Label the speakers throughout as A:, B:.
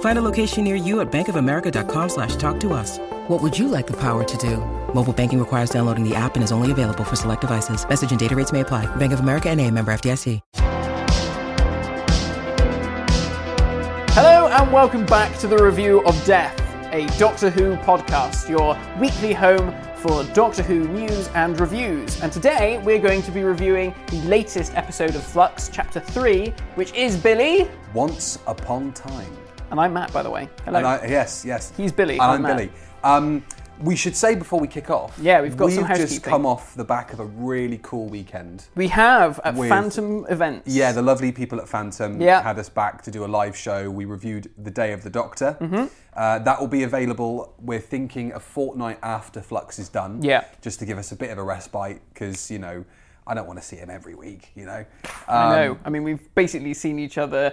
A: Find a location near you at bankofamerica.com slash talk to us. What would you like the power to do? Mobile banking requires downloading the app and is only available for select devices. Message and data rates may apply. Bank of America and a member FDIC.
B: Hello and welcome back to the Review of Death, a Doctor Who podcast, your weekly home for Doctor Who news and reviews. And today we're going to be reviewing the latest episode of Flux, Chapter 3, which is Billy.
C: Once upon time.
B: And I'm Matt, by the way. Hello.
C: And I, yes, yes.
B: He's Billy,
C: And
B: I'm
C: I'm,
B: Matt.
C: Billy. Um, we should say before we kick off.
B: Yeah, we've got some
C: just
B: housekeeping.
C: come off the back of a really cool weekend.
B: we have at
C: With-
B: Phantom Events.
C: Yeah, the lovely people at Phantom
B: Yeah.
C: had us back to do a live show. We reviewed The Day of the Doctor.
B: Mm-hmm.
C: Uh, that will be available, we're thinking, a fortnight after Flux is done.
B: Yeah.
C: Just to give us a bit of a respite because, you know, I don't want to see him every week, you know. Um,
B: I know. I mean, we've basically seen each other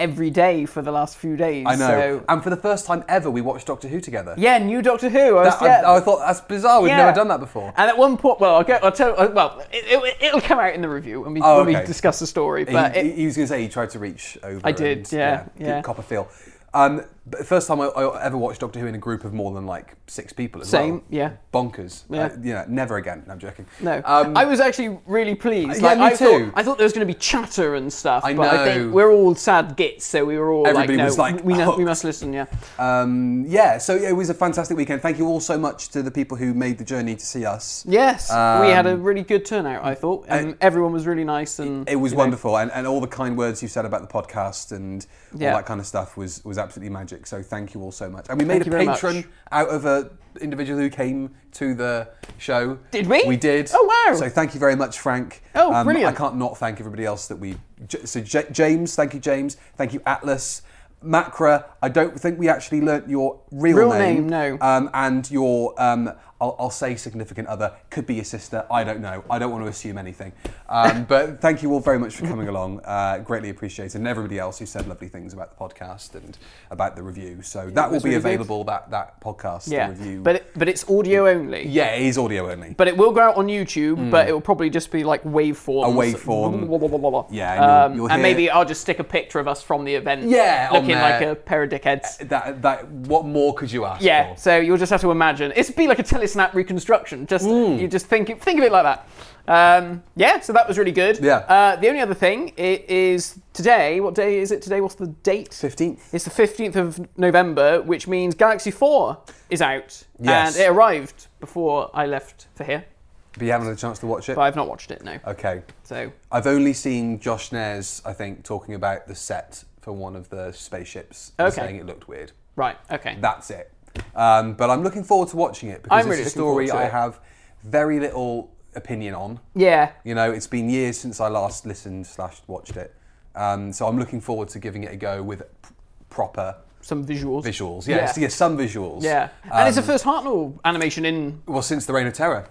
B: every day for the last few days.
C: I know.
B: So,
C: and for the first time ever, we watched Doctor Who together.
B: yeah, new Doctor Who. I was,
C: That-
B: yeah.
C: I, I thought that's bizarre. We've
B: Yeah.
C: never done that before.
B: And at one point, well, I'll go. I'll tell. uh, Well, it, it, will come out in the review when we,
C: Oh,
B: when we
C: okay.
B: discuss the story.
C: He-
B: But
C: he,
B: it,
C: he was going to say he tried to reach over.
B: I did,
C: and,
B: yeah, yeah.
C: Copper feel. Um, but first time I, I ever watched Doctor Who in a group of more than like six people. As
B: Same,
C: well.
B: yeah.
C: Bonkers.
B: Yeah.
C: Uh, yeah. Never again. No, I'm joking.
B: no,
C: Um,
B: I was actually really pleased.
C: Yeah,
B: Like,
C: me
B: I
C: too.
B: Thought, I thought there was going to be chatter and stuff.
C: I
B: but I think
C: know.
B: we're all sad gits, so we were all
C: Everybody
B: like, no,
C: was, like,
B: we, we know- we
C: hooked.
B: must listen. Yeah,
C: um, yeah. So it was a fantastic weekend. Thank you all so much to the people who made the journey to see us.
B: yes, we had a
C: Um,
B: really good turnout. I thought um, everyone was really nice, and
C: It was
B: you know,
C: wonderful, and, and all the kind words you said about the podcast and
B: Yeah.
C: all that kind of stuff was was absolutely magic. So thank you all so much. And we made
B: Thank you very
C: a
B: much.
C: patron out of a individual who came to the show.
B: Did we?
C: We did.
B: Oh, wow.
C: So thank you very much, Frank. Um,
B: Oh, brilliant.
C: I can't not thank everybody else that we. J- So J- James, thank you, James. Thank you, Atlas. Macra, I don't think we actually learnt your real,
B: Real name, no.
C: Um, and your, um, I'll, I'll say significant other, could be your sister. I don't know. I don't want to assume anything. Um, but thank you all very much for coming along. Uh, greatly appreciated. And everybody else who said lovely things about the podcast and about the review. So that will
B: was
C: be
B: really good.
C: available, that, that podcast,
B: yeah,
C: the review.
B: but it, but it's audio only.
C: yeah, it is audio only.
B: But it will go out on YouTube, but it will probably just be like waveforms.
C: Hmm. A waveform.
B: Blah, blah, blah, blah, blah.
C: Yeah, and you'll- you'll
B: and
C: hear-
B: maybe I'll just stick a picture of us from the event.
C: Yeah, on
B: Looking like
C: there. Uh,
B: a pair of dickheads.
C: that, that, what more could you ask
B: Yeah,
C: for?
B: so you'll just have to imagine. It's be like a telesnap reconstruction. Just
C: Hmm.
B: you just think it, think of it like that. Um, yeah, so that was really good.
C: Yeah.
B: Uh, the only other thing i- is today. What day is it today? What's the date?
C: 15th.
B: It's the fifteenth of November, which means Galaxy Four is out,
C: Yes.
B: and it arrived before I left for here.
C: But you haven't had a chance to watch it?
B: But I've not watched it. No.
C: Okay.
B: So
C: I've only seen Josh Nares, I think, talking about the set for one of the spaceships and
B: Okay.
C: saying it looked weird.
B: right. Okay.
C: That's it. Um, but I'm looking forward to watching it because
B: I'm really
C: it's a
B: looking forward
C: story
B: to
C: I
B: it.
C: have very little opinion on.
B: yeah.
C: You know, it's been years since I last listened slash watched it. Um, so I'm looking forward to giving it a go with p- proper
B: Some visuals.
C: visuals. Yeah, yeah. some visuals.
B: Yeah. And it's
C: Um,
B: the first Hartnell animation in
C: Well, since the Reign of Terror.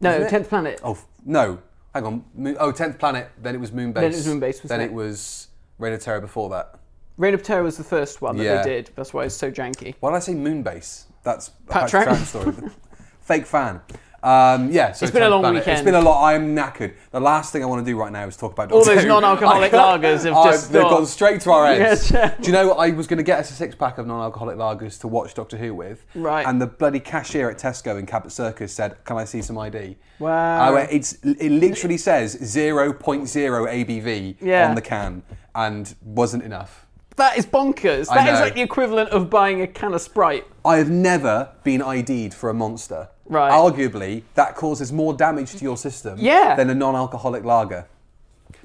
B: no Tenth Planet.
C: Oh f- no, hang on. Moon, oh, tenth planet. Then it was Moonbase.
B: Then it was Moonbase, wasn't
C: Then
B: it?
C: it was Reign of Terror before that.
B: Reign of Terror was the first one that
C: Yeah.
B: they did. That's why it's so janky.
C: Why did I say Moonbase? That's
B: Pat
C: Pat
B: Tran.
C: Tran story. Fake fan. Um, yeah, so
B: It's been a
C: Tenth
B: long
C: Planet.
B: weekend.
C: It's been a lot. I'm knackered. The last thing I want to do right now is talk about
B: All
C: Doctor
B: those
C: Who.
B: non-alcoholic
C: I-
B: lagers have
C: I've-
B: just
C: they've
B: gone.
C: gone straight to our ends.
B: Yes.
C: Do you know I was going to get us a six pack of non-alcoholic lagers to watch Doctor Who with?
B: Right.
C: And the bloody cashier at Tesco in Cabot Circus said, "Can I see some ID?"
B: Wow.
C: I went, it's it literally says 0.0 ABV
B: Yeah.
C: on the can, and wasn't enough.
B: That is bonkers.
C: I
B: That is
C: know.
B: like the equivalent of buying a can of Sprite.
C: I have never been ID'd for a monster.
B: Right.
C: Arguably, that causes more damage to your system
B: Yeah.
C: than a non-alcoholic lager.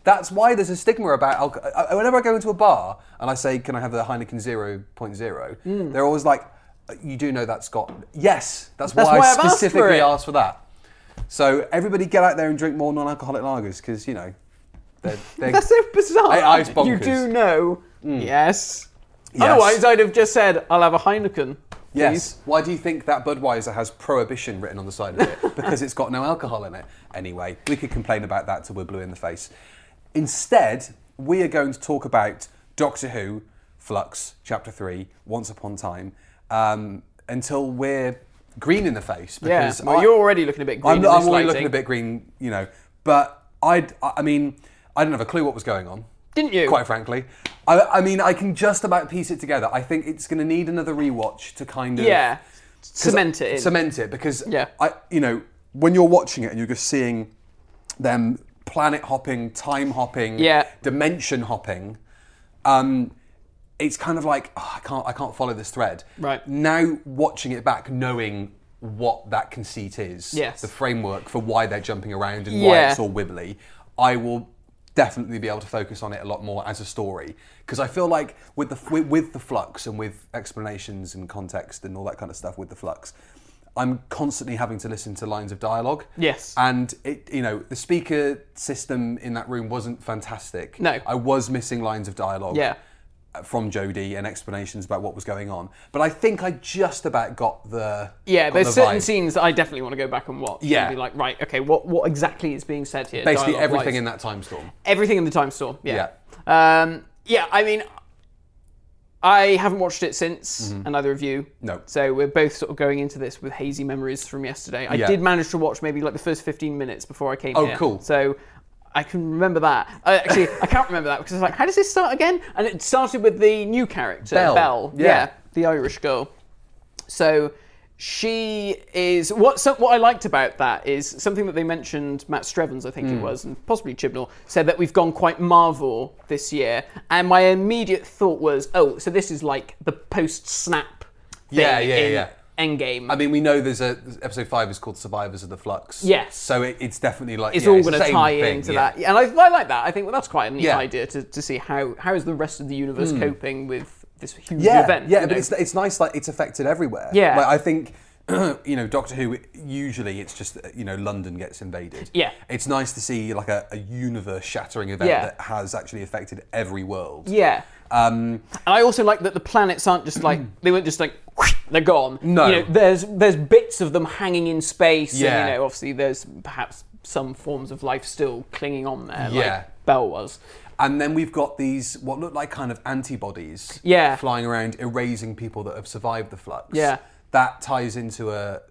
C: That's why there's a stigma about alcohol. Whenever I go into a bar and I say, "Can I have the Heineken 0.0?"
B: Mm.
C: They're always like, "You do know that's got yes. That's,
B: That's
C: why,
B: why
C: I
B: I've asked for
C: specifically
B: it."
C: asked for that." So everybody, get out there and drink more non-alcoholic lagers because you know they're, they're
B: That's so bizarre.
C: I- I was bonkers. Mm.
B: You do know. Yes.
C: Yes.
B: Otherwise, I'd have just said, I'll have a Heineken.
C: Yes. Why do you think that Budweiser has prohibition written on the side of it? because it's got no alcohol in it. Anyway, we could complain about that till we're blue in the face. Instead, we are going to talk about Doctor Who, Flux, Chapter 3, Once Upon a Time, um, until we're green in the face.
B: Yeah.
C: Because
B: Well,
C: I-
B: you're already looking a bit green.
C: I'm,
B: in
C: I'm
B: this lighting.
C: already looking a bit green, you know. But I'd, I I mean, I didn't have a clue what was going on.
B: Didn't you?
C: Quite frankly. I, I mean, I can just about piece it together. I think it's going to need another rewatch to kind of
B: Yeah.
C: 'cause
B: Cement it in.
C: Cement it because
B: Yeah.
C: I, you know, when you're watching it and you're just seeing them planet hopping, time hopping,
B: Yeah.
C: dimension hopping, um, it's kind of like "Oh, I can't, I can't follow this thread.
B: Right.
C: now, watching it back, knowing what that conceit is,
B: Yes.
C: the framework for why they're jumping around and why
B: Yeah.
C: it's all wibbly, I will definitely be able to focus on it a lot more as a story because I feel like with the with, with the flux and with explanations and context and all that kind of stuff with the flux, I'm constantly having to listen to lines of dialogue.
B: Yes.
C: and it you know the speaker system in that room wasn't fantastic.
B: No.
C: I was missing lines of dialogue.
B: Yeah.
C: From Jodie and explanations about what was going on, but I think I just about got the
B: Yeah,
C: got
B: there's
C: the
B: certain
C: vibe.
B: scenes that I definitely want to go back and watch. and
C: Yeah.
B: be like, right, okay, what, what exactly is being said here?
C: basically
B: dialogue-wise?
C: everything in that time storm.
B: Everything in the time storm. Yeah. Yeah. Um, yeah, I mean, I haven't watched it since, and neither of you.
C: Mm-hmm. No.
B: So we're both sort of going into this with hazy memories from yesterday. I
C: Yeah.
B: did manage to watch maybe like the first 15 minutes before I came
C: Oh,
B: here.
C: cool.
B: So I can remember that. Uh, actually, I can't remember that because I was like, how does this start again? And it started with the new character,
C: Belle.
B: yeah.
C: Yeah.
B: the Irish girl. So she is what so, what I liked about that is something that they mentioned. Matt Strevens, I
C: Hmm.
B: think it was, and possibly Chibnall said that we've gone quite Marvel this year, and my immediate thought was, oh, so this is like the post snap.
C: Yeah, yeah,
B: in
C: yeah.
B: Endgame.
C: I mean, we know there's a episode five is called Survivors of the Flux.
B: Yes.
C: So it, it's definitely like
B: it's
C: yeah,
B: all
C: the
B: going to
C: same
B: tie
C: thing,
B: into
C: yeah.
B: that. And I, I like that. I think well, that's quite a neat
C: Yeah. Hmm.
B: idea to, to see how how is the rest of the universe coping with this huge
C: Yeah,
B: event.
C: yeah,
B: you
C: but
B: know?
C: it's it's nice like it's affected everywhere.
B: Yeah.
C: like I think. you know, Doctor Who. Usually, it's just you know London gets invaded.
B: Yeah.
C: it's nice to see like a, a universe-shattering event
B: Yeah.
C: that has actually affected every world.
B: yeah.
C: Um,
B: And I also like that the planets aren't just like they weren't just like they're gone.
C: No.
B: you know, there's there's bits of them hanging in space.
C: Yeah.
B: and, you know, obviously there's perhaps some forms of life still clinging on there.
C: Yeah.
B: like Bell was.
C: and then we've got these what look like kind of antibodies.
B: Yeah.
C: flying around erasing people that have survived the flux.
B: Yeah.
C: that ties into a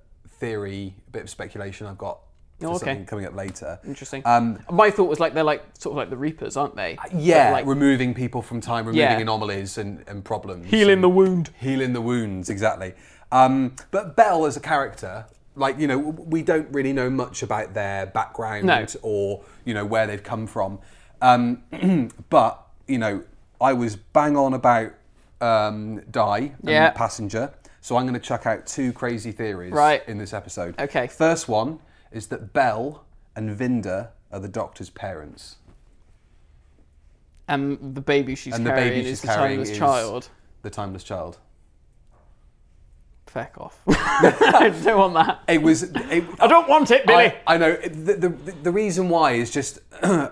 C: theory, a bit of speculation I've got. for
B: Oh, okay.
C: something coming up later.
B: Interesting. My thought was like they're like sort of like the Reapers, aren't they?
C: Um, Uh, Yeah,
B: But, like
C: removing people from time, removing
B: Yeah.
C: anomalies and, and problems.
B: healing
C: and
B: the wound.
C: Healing the wounds, exactly. Um, but Belle as a character, like, you know, we don't really know much about their background
B: No.
C: or, you know, where they've come from. Um, but, you know, I was bang on about um, Die and
B: Yeah.
C: Passenger. So I'm going to chuck out two crazy theories
B: Right.
C: in this episode.
B: Okay.
C: First one is that Belle and Vinda are the Doctor's parents.
B: And the baby she's
C: and the
B: carrying
C: baby
B: is
C: she's
B: the
C: carrying
B: timeless
C: is
B: child.
C: the timeless child.
B: Feck off. I don't want that.
C: It was. It,
B: I don't want it, Billy.
C: I, I know. it- The, the, the reason why is just. I,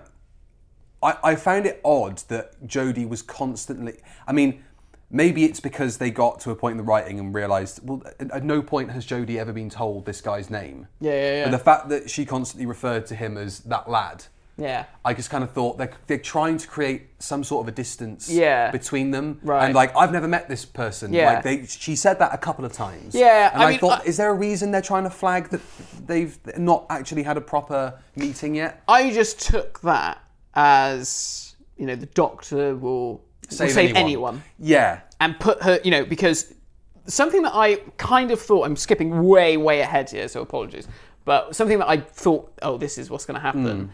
C: I found it odd that Jodie was constantly. I mean, maybe it's because they got to a point in the writing and realised, well, at, at no point has Jodie ever been told this guy's name.
B: Yeah, yeah, yeah.
C: But the fact that she constantly referred to him as that lad.
B: yeah.
C: I just kind of thought they're, they're trying to create some sort of a distance
B: Yeah.
C: between them.
B: Right.
C: And like, I've never met this person.
B: Yeah.
C: Like they, she said that a couple of times.
B: Yeah,
C: And
B: I
C: I,
B: mean,
C: thought,
B: I-
C: is there a reason they're trying to flag that they've not actually had a proper meeting yet?
B: I just took that as you know the doctor will save, will save anyone.
C: Yeah.
B: and put her you know because something that I kind of thought I'm skipping
C: Hmm.
B: way way ahead here so apologies but something that I thought oh this is what's going to happen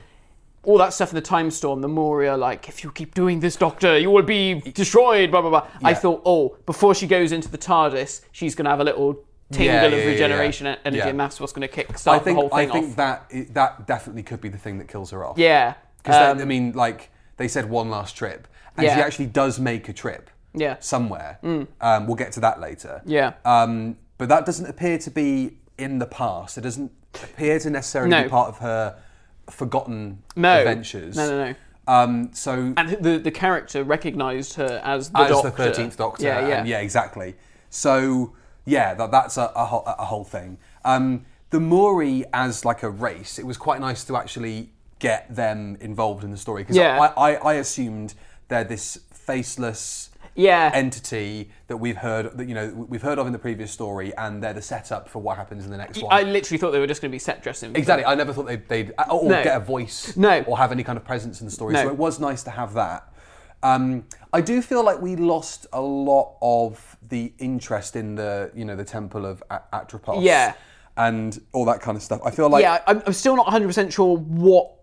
B: all that stuff in the time storm, the Moria, like, if you keep doing this, Doctor, you will be destroyed, blah, blah, blah. I
C: Yeah.
B: thought, oh, before she goes into the TARDIS, she's going to have a little tingle
C: Yeah, yeah,
B: of
C: yeah, yeah.
B: regeneration e- energy,
C: Yeah.
B: and that's what's going to kick
C: I
B: start the
C: think
B: whole
C: I
B: thing
C: think
B: off.
C: that it- that definitely could be the thing that kills her off.
B: yeah.
C: Because
B: Um,
C: I mean, like they said, one last trip, and
B: Yeah.
C: she actually does make a trip.
B: Yeah. Mm.
C: Somewhere. Um, we'll get to that later.
B: Yeah.
C: Um, but that doesn't appear to be in the past. It doesn't appear to necessarily
B: No.
C: be part of her forgotten
B: no.
C: adventures.
B: No, no, no.
C: Um, so
B: And the, the character recognised her as the
C: as
B: Doctor.
C: the thirteenth Doctor.
B: Yeah, yeah.
C: and yeah, exactly. So yeah, that, that's a, a, whole, a whole thing. Um, the Maori as like a race, it was quite nice to actually get them involved in the story because
B: Yeah.
C: I, I, I assumed they're this faceless
B: Yeah.
C: entity that we've heard that you know we've heard of in the previous story, and they're the setup for what happens in the next one.
B: I literally thought they were just going to be set dressing.
C: Exactly. I never thought they'd, they'd uh, or
B: No.
C: get a voice
B: No.
C: or have any kind of presence in the story.
B: No.
C: So it was nice to have that. Um, I do feel like we lost a lot of the interest in the you know the temple of A- Atropos.
B: Yeah.
C: And all that kind of stuff. I feel like
B: yeah, I'm, I'm still not 100% sure what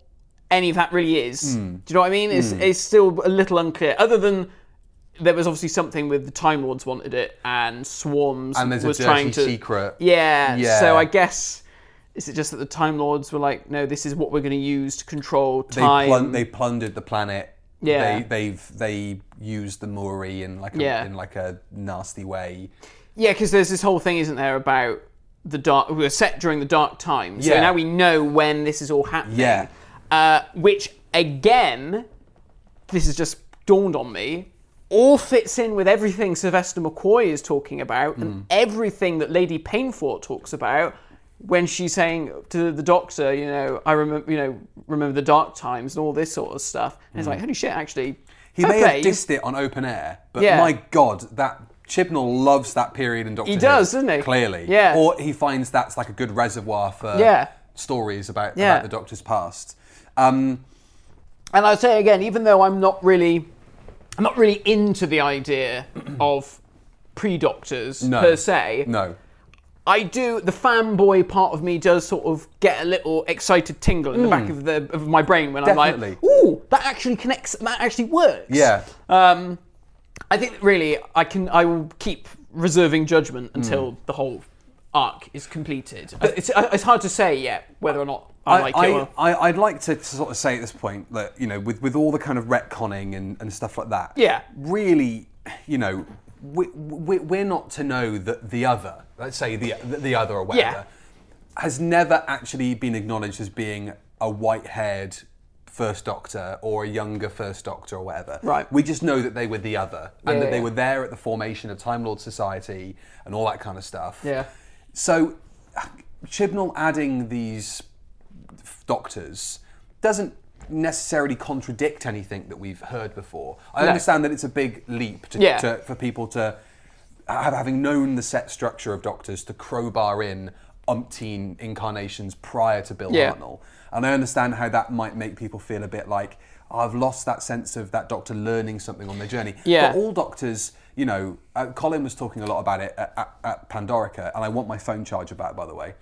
B: any of that really is.
C: Hmm.
B: Do you know what I mean? It's, it's still a little unclear. Other than there was obviously something with the Time Lords wanted it and Swarms
C: and there's
B: was
C: a
B: trying to.
C: dirty secret.
B: Yeah,
C: Yeah.
B: so I guess. Is it just that the Time Lords were like, no, this is what we're going to use to control
C: They,
B: time?
C: plun- they plundered the planet.
B: Yeah.
C: They, they've they used the Maori in like a,
B: Yeah.
C: in like a nasty way.
B: Yeah, because there's this whole thing, isn't there, about the dark. We were set during the dark time, so
C: Yeah.
B: now we know when this is all happening.
C: Yeah.
B: Uh, which again, this has just dawned on me. All fits in with everything Sylvester McCoy is talking about,
C: Hmm.
B: and everything that Lady Painfort talks about when she's saying to the doctor, you know, I remember, you know, remember the dark times and all this sort of stuff. And it's like, holy shit, actually.
C: Hmm. He
B: fair
C: may
B: play.
C: have dissed it on open air, but
B: Yeah.
C: my God, that Chibnall loves that period in Doctor
B: He
C: Who,
B: does, doesn't he?
C: Clearly,
B: Yeah.
C: Or he finds that's like a good reservoir for
B: Yeah.
C: stories about,
B: Yeah.
C: about the Doctor's past. Um,
B: and I'll say again, even though I'm not really, I'm not really into the idea of pre-doctors
C: no,
B: per se.
C: no.
B: I do. The fanboy part of me does sort of get a little excited tingle in the back of the of my brain when I'm like,
C: Mm. Definitely.
B: "Ooh, that actually connects. That actually works."
C: Yeah.
B: Um, I think that really, I can. I will keep reserving
C: Mm.
B: judgment until the whole arc is completed. it's, it's hard to say yet whether or not I, like it. Or,
C: I, I, would like to sort of say at this point that, you know, with, with all the kind of retconning and, and stuff like that,
B: Yeah.
C: really, you know, we, we, we're not to know that the other, let's say the, the other or whatever, has never actually been acknowledged as being a white haired first doctor or a younger first doctor or whatever.
B: Right.
C: We just know that they were the other and
B: Yeah,
C: that
B: yeah,
C: they
B: yeah.
C: were there at the formation of Time Lord Society and all that kind of stuff.
B: Yeah.
C: So Chibnall adding these doctors doesn't necessarily contradict anything that we've heard before. I understand that it's a big leap to,
B: Yeah.
C: to, for people to have, having known the set structure of doctors to crowbar in umpteen incarnations prior to Bill
B: Yeah.
C: Hartnell. And I understand how that might make people feel a bit like "Oh, I've lost that sense of that doctor learning something on their journey.
B: Yeah.
C: But all doctors, you know, uh, Colin was talking a lot about it at, at, at Pandorica, and I want my phone charger back, by the way.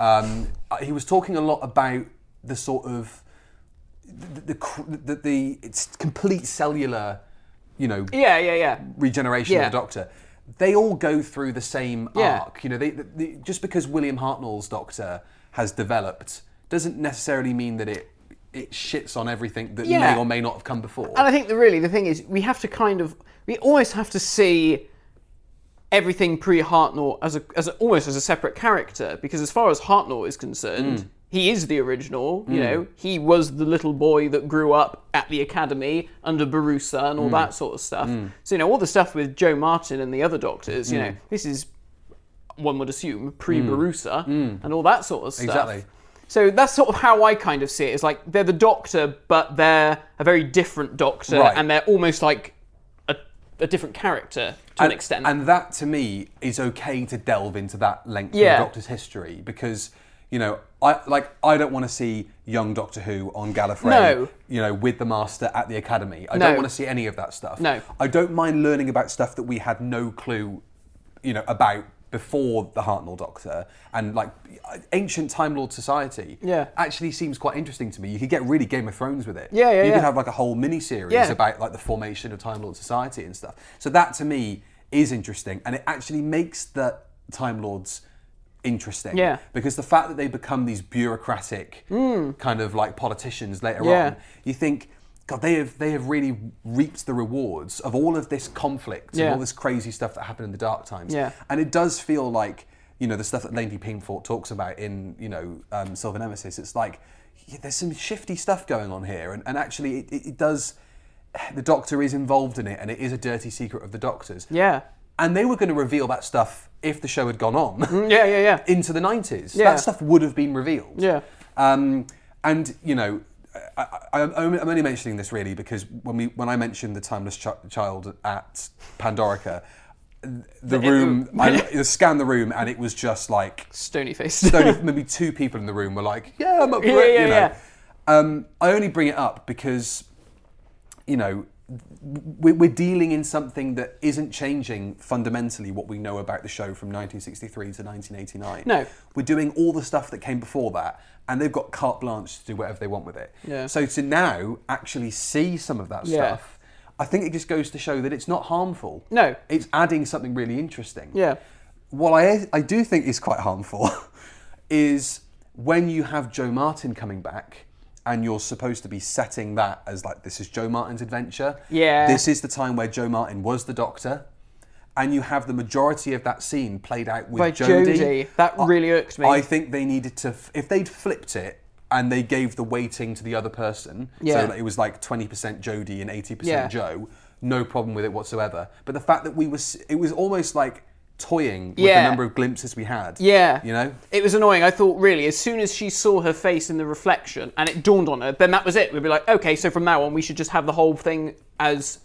C: Um, uh, he was talking a lot about the sort of the the, cr- the, the it's complete cellular, you know,
B: yeah, yeah, yeah.
C: regeneration
B: Yeah.
C: of the Doctor. They all go through the same
B: Yeah.
C: arc. You know, they, they, just because William Hartnell's Doctor has developed doesn't necessarily mean that it it shits on everything that
B: Yeah.
C: may or may not have come before.
B: And I think that really the thing is we have to kind of we always have to see everything pre Hartnell as a, as a, almost as a separate character because as far as Hartnell is concerned, he is the original. You know, he was the little boy that grew up at the academy under Barusa and all that sort of stuff. So you know, all the stuff with Joe Martin and the other doctors. You know, this is one would assume pre Barusa and all that sort of stuff.
C: Exactly.
B: So that's sort of how I kind of see it. It's like they're the doctor, but they're a very different doctor,
C: Right.
B: and they're almost like a, a different character to an extent.
C: And that to me is okay to delve into that length
B: Yeah.
C: of the Doctor's history because you know I like I don't want to see young Doctor Who on Gallifrey.
B: No.
C: You know, with the Master at the Academy. I
B: No.
C: don't want to see any of that stuff.
B: No.
C: I don't mind learning about stuff that we had no clue, you know, about before the Hartnell Doctor and like ancient Time Lord society
B: Yeah.
C: actually seems quite interesting to me. You could get really Game of Thrones with it.
B: Yeah, yeah,
C: You
B: yeah.
C: could have like a whole mini series
B: Yeah.
C: about like the formation of Time Lord society and stuff. So that to me is interesting, and it actually makes the Time Lords interesting.
B: Yeah. Hmm.
C: Because the fact that they become these bureaucratic kind of like politicians later
B: Yeah.
C: on, you think. God, they have they have really reaped the rewards of all of this conflict
B: Yeah.
C: and all this crazy stuff that happened in the dark times.
B: Yeah.
C: And it does feel like, you know, the stuff that Lady Pinkfort talks about in, you know, um, Silver Nemesis, it's like, yeah, there's some shifty stuff going on here. And, and actually, it, it, it does, the Doctor is involved in it, and it is a dirty secret of the Doctor's.
B: Yeah.
C: And they were going to reveal that stuff if the show had gone on
B: Yeah, yeah, yeah.
C: into the 90s.
B: Yeah.
C: That stuff would have been revealed.
B: Yeah.
C: Um, and, you know, I, I, I'm only- I'm only mentioning this really because when we when I mentioned the timeless ch- child at Pandorica, the, room, I, I scanned the room and it was just like
B: Stony faced.
C: only maybe two people in the room were like, "Yeah, I'm up for
B: Yeah,
C: it,"
B: yeah,
C: you know.
B: yeah.
C: Um, I only bring it up because, you know, we're, we're dealing in something that isn't changing fundamentally what we know about the show from 1963 to 1989.
B: No.
C: we're doing all the stuff that came before that, and they've got carte blanche to do whatever they want with it.
B: Yeah.
C: So to now actually see some of that
B: Yeah.
C: stuff. I think it just goes to show that it's not harmful.
B: No.
C: It's adding something really interesting
B: Yeah.
C: what I, I do think is quite harmful is when you have Joe Martin coming back and you're supposed to be setting that as like this is Joe Martin's adventure.
B: Yeah.
C: This is the time where Joe Martin was the doctor. And you have the majority of that scene played out with
B: By
C: Jodie.
B: Jodie. That
C: I-
B: really irked me.
C: I think they needed to f- if they'd flipped it and they gave the weighting to the other person.
B: Yeah.
C: So that it was like 20% Jodie and 80%
B: Yeah.
C: Joe. No problem with it whatsoever. But the fact that we was it was almost like toying with
B: Yeah.
C: the number of glimpses we had.
B: Yeah.
C: You know?
B: It was annoying. I thought, really, as soon as she saw her face in the reflection and it dawned on her, then that was it. We'd be like, okay, so from now on, we should just have the whole thing as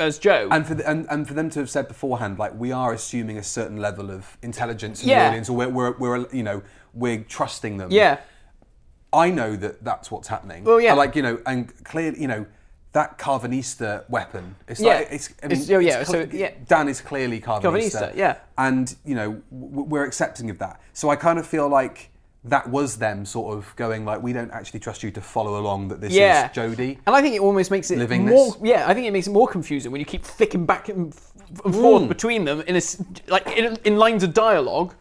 B: as Joe.
C: And for, the, and, and for them to have said beforehand, like, we are assuming a certain level of intelligence in
B: Yeah.
C: the audience, or we're, we're, we're, you know, we're trusting them.
B: yeah.
C: I know that that's what's happening.
B: Well, yeah.
C: And, like, you know, and clearly, you know, that Carvanista weapon, it's
B: Yeah.
C: like, it's, I mean,
B: It's- oh, yeah,
C: it's
B: so,
C: cle-
B: yeah.
C: Dan is clearly Carvanista.
B: Carvanista, yeah.
C: And, you know, w- we're accepting of that. So I kind of feel like that was them sort of going, like, we don't actually trust you to follow along that this
B: Yeah.
C: is Jodie.
B: And I think it almost makes it
C: Living
B: more.
C: this.
B: Yeah, I think it makes it more confusing when you keep flicking back and, f- and forth
C: Mm.
B: between them in a s like in, in lines of dialogue.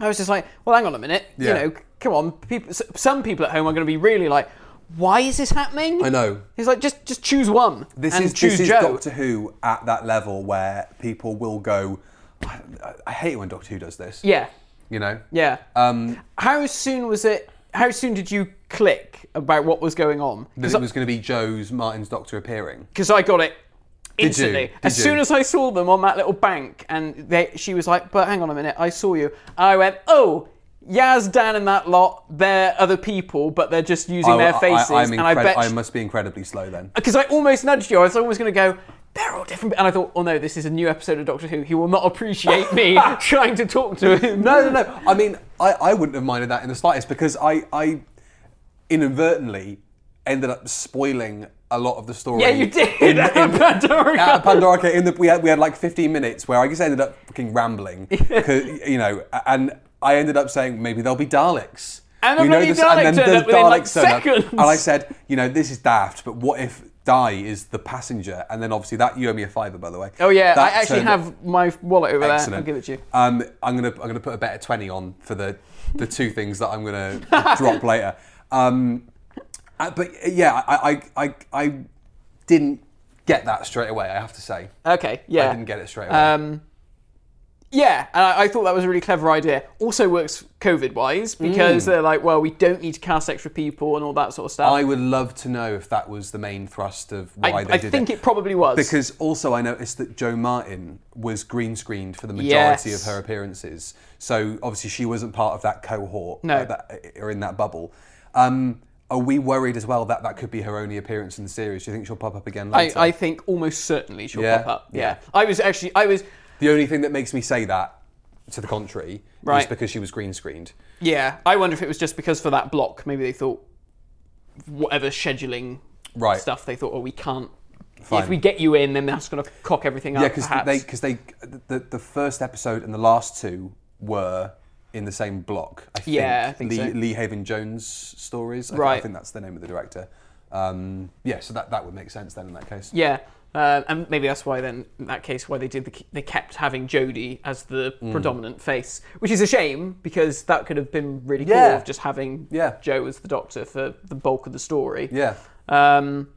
B: I was just like, well, hang on a minute.
C: Yeah.
B: You know, c- come on. People, s- some people at home are going to be really like, why is this happening?
C: I know.
B: He's like, just just choose one.
C: This
B: and
C: is
B: choose
C: this is
B: Joe.
C: Doctor Who at that level where people will go. I, I- I hate it when Doctor Who does this.
B: Yeah,
C: You know.
B: yeah.
C: Um,
B: how soon was it? How soon did you click about what was going on?
C: that it was going to be Joe's Martin's Doctor appearing.
B: because I got it
C: you?
B: instantly.
C: Did
B: as
C: you?
B: soon as I saw them on that little bank, and they, she was like, "But hang on a minute, I saw you." I went, "Oh." Yaz, Dan, and that lot—they're other people, but they're just using
C: I-
B: their
C: I-
B: faces.
C: I, I'm
B: and I
C: incredi-
B: bet
C: I must be incredibly slow then.
B: because I almost nudged you. I was almost going to go. They're all different. And I thought, oh no, this is a new episode of Doctor Who. He will not appreciate me trying to talk to him.
C: No, no, no. I mean, I, I wouldn't have minded that in the slightest because I, I inadvertently ended up spoiling a lot of the story.
B: Yeah, you did.
C: In, in,
B: Pandora.
C: at Pandorica, in the we had, we had like 15 minutes where I just ended up fucking rambling, 'cause, you know, and I ended up saying maybe there'll be Daleks.
B: And a
C: We know
B: bloody
C: this-
B: Dalek turned up within, like,
C: turned up.
B: seconds.
C: And I said, you know, this is daft, but what if Di is the passenger? And then obviously that you owe me a fiver, by the way.
B: Oh yeah,
C: That
B: I actually
C: turned up-
B: have my wallet over there. I'll
C: Excellent.
B: give it to you.
C: Um, I'm gonna I'm gonna put a better twenty on for the the two things that I'm gonna drop later. Um, uh, but uh, yeah, I, I I I didn't get that straight away. I have to say,
B: Okay, yeah.
C: I didn't get it straight away.
B: Um, yeah, and I, I thought that was a really clever idea. Also works COVID wise because they're like, well, we don't need to cast extra people and all that sort of stuff.
C: Mm. I would love to know if that was the main thrust of why
B: I,
C: they
B: I
C: did
B: think it. probably was.
C: Because also I noticed that Joe Martin was green screened for the majority
B: Yes.
C: of her appearances. So obviously she wasn't part of that cohort
B: No.
C: uh, that, or in that bubble. Um, are we worried as well that that could be her only appearance in the series? Do you think she'll pop up again
B: I,
C: later?
B: I think almost certainly she'll
C: Yeah,
B: pop up. Yeah.
C: yeah.
B: I was actually, I was,
C: the only thing that makes me say that, to the contrary,
B: Right.
C: is because she was green screened.
B: yeah, I wonder if it was just because for that block, maybe they thought whatever scheduling
C: Right.
B: stuff, they thought, oh, we can't
C: Fine.
B: If we get you in, then that's going to cock everything up.
C: Yeah, because
B: perhaps.
C: they because they the the first episode and the last two were in the same block. I think.
B: Yeah, I think
C: Lee,
B: so.
C: Lee Haven Jones stories. I thi- I
B: Right.
C: think that's the name of the director. Um, yeah, so that, that would make sense then in that case.
B: Yeah, uh, and maybe that's why then in that case why they did the, they kept having Jodie as the
C: Mm.
B: predominant face, which is a shame because that could have been really cool
C: Yeah.
B: of just having
C: Yeah.
B: Joe as the Doctor for the bulk of the story.
C: Yeah.
B: Um,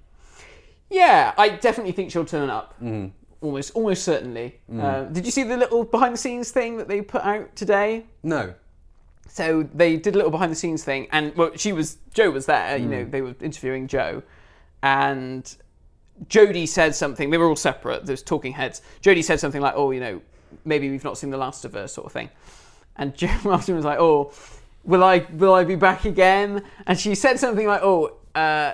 B: yeah, I definitely think she'll turn up.
C: Mm.
B: Almost, almost certainly. Uh, did you see the little behind-the-scenes thing that they put out today?
C: No.
B: so they did a little behind the scenes thing and well she was joe was there you
C: Hmm.
B: know they were interviewing joe and jodie said something they were all separate there's talking heads jodie said something like oh you know maybe we've not seen the last of her sort of thing and joe martin was like oh will i will i be back again and she said something like oh uh,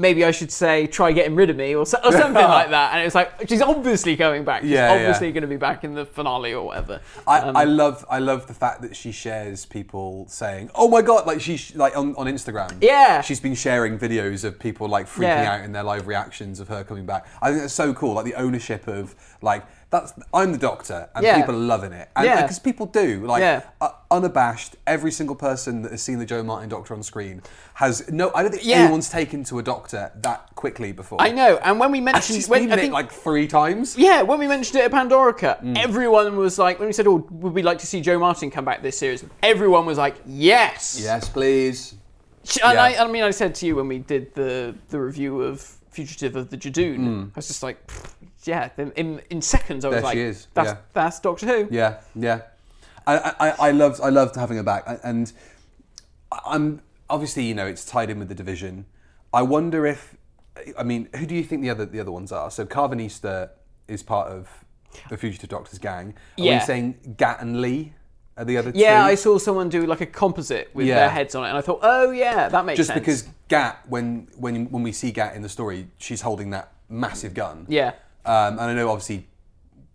B: maybe i should say try getting rid of me or, so, or something like that and it was like she's obviously going back she's
C: Yeah, yeah.
B: obviously going to be back in the finale or whatever
C: I, I
B: Um,
C: love I love the fact that she shares people saying, "Oh my god!" Like she's like on, on Instagram.
B: Yeah.
C: she's been sharing videos of people like freaking
B: Yeah.
C: out in their live reactions of her coming back. I think that's so cool. Like the ownership of like that's I'm the doctor, and
B: Yeah.
C: people are loving it. And,
B: Yeah.
C: because people do like
B: Yeah.
C: uh, unabashed. Every single person that has seen the Joe Martin Doctor on screen has no. I don't think
B: Yeah.
C: anyone's taken to a doctor that quickly before.
B: I know, and when we mentioned,
C: She's
B: when,
C: been
B: I
C: in it,
B: think,
C: like three times.
B: yeah, when we mentioned it at Pandorica,
C: Mm.
B: everyone was like, when we said, "Oh, would we like to see Joe Martin come back this series?" Everyone was like, "Yes."
C: Yes, please.
B: Sh- And I,
C: Yeah.
B: I mean, I said to you when we did the the review of Fugitive of the Jadoon, I was just like, pfft, "Yeah." Then in in seconds, I was
C: Mm. There
B: like,
C: she is,
B: "That's
C: yeah.
B: that's Doctor Who."
C: Yeah, yeah. I, I, I loved I loved having her back, I- and I- I'm obviously you know it's tied in with the division. I wonder if I mean who do you think the other the other ones are? So Carvanista is part of the Fugitive Doctor's gang. Are we
B: Yeah.
C: saying Gat and Lee are the other two?
B: Yeah, I saw someone do like a composite with
C: Yeah.
B: their heads on it, and I thought, "Oh yeah, that makes
C: just
B: sense."
C: because Gat when when when we see Gat in the story, she's holding that massive gun.
B: Yeah.
C: Um, and I know obviously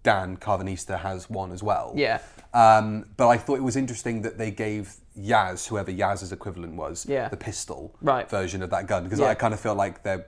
C: Dan Carvanista has one as well.
B: Yeah.
C: Um, but I thought it was interesting that they gave Yaz, whoever Yaz's equivalent was,
B: Yeah.
C: the pistol
B: Right.
C: version of that gun because
B: Yeah.
C: I kind of feel like they're,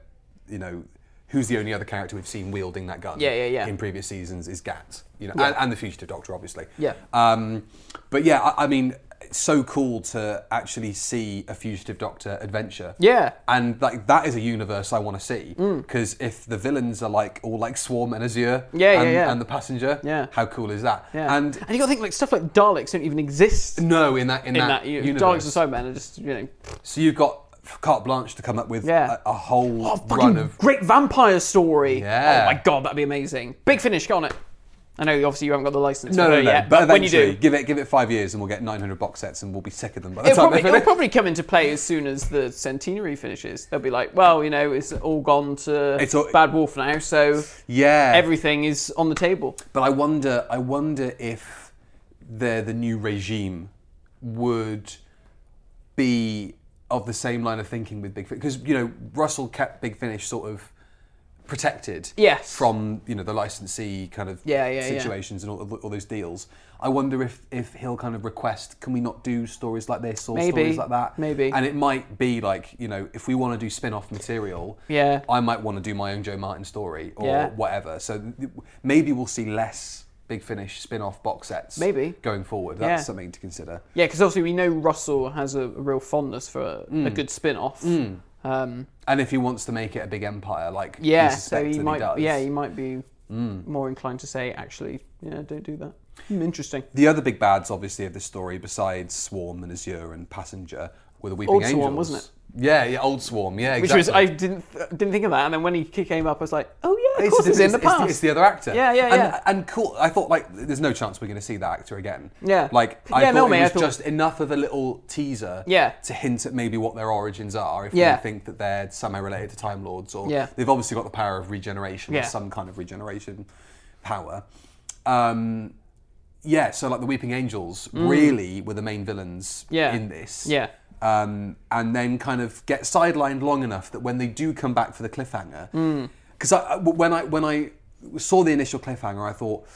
C: you know, who's the only other character we've seen wielding that gun?
B: Yeah, yeah, yeah.
C: In previous seasons is Gat, you know, and, and the fugitive doctor, obviously.
B: Yeah.
C: Um, but yeah, I, I mean, it's so cool to actually see a fugitive doctor adventure.
B: Yeah. Mm.
C: And like that is a universe I want to see because if the villains are like all like Swarm and Azure,
B: Yeah, yeah,
C: and,
B: yeah.
C: and the passenger,
B: Yeah.
C: how cool is that?
B: yeah.
C: And
B: you got to think like stuff like Daleks don't even exist in
C: no, in that in,
B: that,
C: that,
B: u-
C: universe.
B: Daleks and Cybermen are just you know
C: So you've got carte blanche to come up with
B: Yeah.
C: a, a whole
B: Oh, fucking
C: run of
B: great vampire story.
C: Yeah.
B: Oh my god, that'd be amazing. Big finish, go on it. I know, obviously, you haven't got the license.
C: no,
B: for
C: no,
B: it
C: no.
B: yet,
C: but
B: when you
C: eventually,
B: do,
C: give it give it five years, and we'll get 900 box sets, and we'll be sick of them by the
B: it'll
C: time
B: probably,
C: they
B: it'll
C: finish.
B: probably come into play as soon as the centenary finishes. They'll be like, well, you know, it's all gone to
C: It's all-
B: Bad Wolf now, so
C: yeah,
B: everything is on the table.
C: But I wonder, I wonder if the the new regime would be of the same line of thinking with Big Finish because you know Russell kept Big Finish sort of protected
B: Yes.
C: from you know the licensee kind of
B: Yeah, yeah, yeah.
C: situations and all, all those deals. I wonder if if he'll kind of request, can we not do stories like this or
B: Maybe.
C: stories like that?
B: Maybe.
C: And it might be like you know if we want to do spin-off material,
B: Yeah.
C: I might want to do my own Joe Martin story or
B: Yeah.
C: whatever. So th- maybe we'll see less Big Finish spin-off box sets.
B: Maybe.
C: going forward, that's
B: Yeah.
C: something to consider.
B: Yeah, because obviously we know Russell has a, a real fondness for a, a
C: Mm.
B: good spin off. Um,
C: And if he wants to make it a big empire, like we
B: yeah, so
C: suspect
B: he
C: that
B: might,
C: does. Mm.
B: yeah, he might be more inclined to say, actually, yeah, don't do that. Hmm, Interesting.
C: The other big bads, obviously, of this story, besides Swarm and Azure and Passenger, were the Weeping
B: Old
C: Angels.
B: Swarm, wasn't it?
C: Yeah, yeah, Old Swarm. Yeah,
B: Which
C: exactly.
B: was I didn't didn't think of that, and then when he came up, I was like, oh yeah, of course it's,
C: it's,
B: in the
C: it's
B: past.
C: it's the other actor.
B: Yeah, yeah,
C: and,
B: yeah.
C: And cool. I thought like, there's no chance we're going to see that actor again.
B: Yeah.
C: Like, I
B: Yeah,
C: thought
B: no,
C: it
B: mate, I
C: was
B: thought-
C: just enough of a little teaser.
B: Yeah.
C: To hint at maybe what their origins are, if
B: Yeah.
C: we think that they're somehow related to Time Lords, or
B: Yeah.
C: they've obviously got the power of regeneration, or
B: Yeah.
C: some kind of regeneration power. Um, yeah. So like the Weeping Angels really were the main villains
B: Mm. Yeah.
C: in this.
B: Yeah.
C: Um, and then kind of get sidelined long enough that when they do come back for the cliffhanger,
B: Hmm.
C: because I, I- when I when I saw the initial cliffhanger, I thought,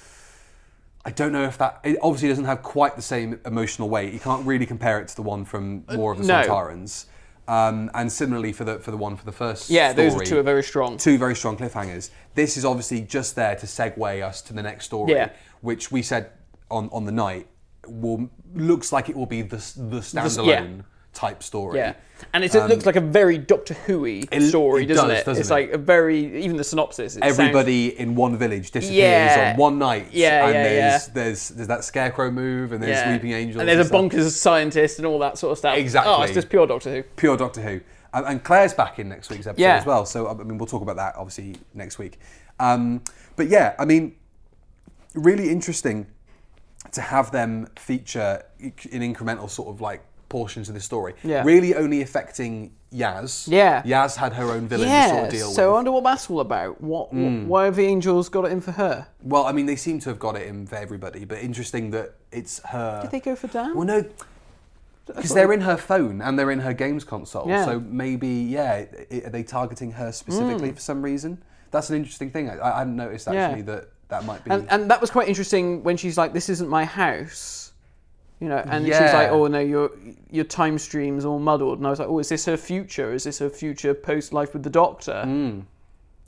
C: I don't know if that it obviously doesn't have quite the same emotional weight. You can't really compare it to the one from War of the
B: Uh, no.
C: Sontarans. Um, and similarly for the for the one for the first
B: Yeah, those
C: story,
B: two are very strong.
C: two very strong cliffhangers. This is obviously just there to segue us to the next story,
B: Yeah.
C: which we said on on the night will looks like it will be the s- the standalone type story.
B: Yeah, and it's, it looks like a very Doctor Who
C: Um, it-
B: story,
C: it
B: doesn't
C: does,
B: it?
C: doesn't
B: it's
C: it?
B: like a very even the synopsis. It sounds-
C: Everybody in one village disappears
B: Yeah.
C: on one night,
B: Yeah,
C: and
B: yeah,
C: there's,
B: yeah.
C: there's there's that scarecrow move, and there's
B: yeah.
C: weeping angels,
B: and there's a
C: stuff.
B: bonkers scientist and all that sort of stuff. Oh,
C: Exactly.
B: it's just pure Doctor Who.
C: pure Doctor Who. And, and Claire's back in next week's episode
B: Yeah.
C: as well. So I mean, we'll talk about that obviously next week. Um, but yeah, I mean, really interesting to have them feature in incremental sort of like portions of the story.
B: Yeah.
C: Really only affecting Yaz.
B: Yeah.
C: Yaz had her own villain to sort of
B: So I
C: deal with. Hmm.
B: wonder what that's all about. What, Why have the angels got it in for her?
C: Well, I mean, they seem to have got it in for everybody, but interesting that it's her.
B: Did they go for Dan?
C: Well, no. Because they're in her phone and they're in her games console,
B: Yeah.
C: so maybe yeah, i- are they targeting her specifically for some reason? That's an interesting thing. I, I hadn't noticed
B: Mm. Yeah.
C: actually that that might be.
B: And, and that was quite interesting when she's like, "This isn't my house," you know, and she's
C: Yeah.
B: like, "Oh no, your your time stream's all muddled." And I was like, "Oh, is this her future? Is this her future post life with the Doctor?"
C: Mm,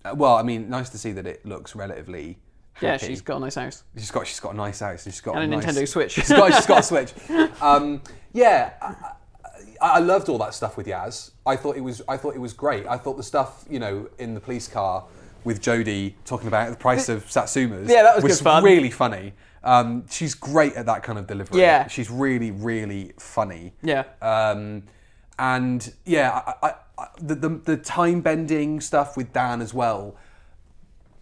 C: Uh, well, I mean, nice to see that it looks relatively. Happy.
B: Yeah, she's got a nice house.
C: She's got she's got a nice house and she's got
B: And
C: a
B: a
C: nice,
B: Nintendo Switch.
C: she's got she's got a Switch. Um, yeah, I, I, I loved all that stuff with Yaz. I thought it was I thought it was great. I thought the stuff you know in the police car with Jodie talking about the price of satsumas.
B: Yeah, that was
C: was
B: good fun.
C: really funny. Um, she's great at that kind of delivery.
B: Yeah.
C: she's really really funny.
B: Yeah.
C: Um, and yeah, I, I, I, the, the the time bending stuff with Dan as well.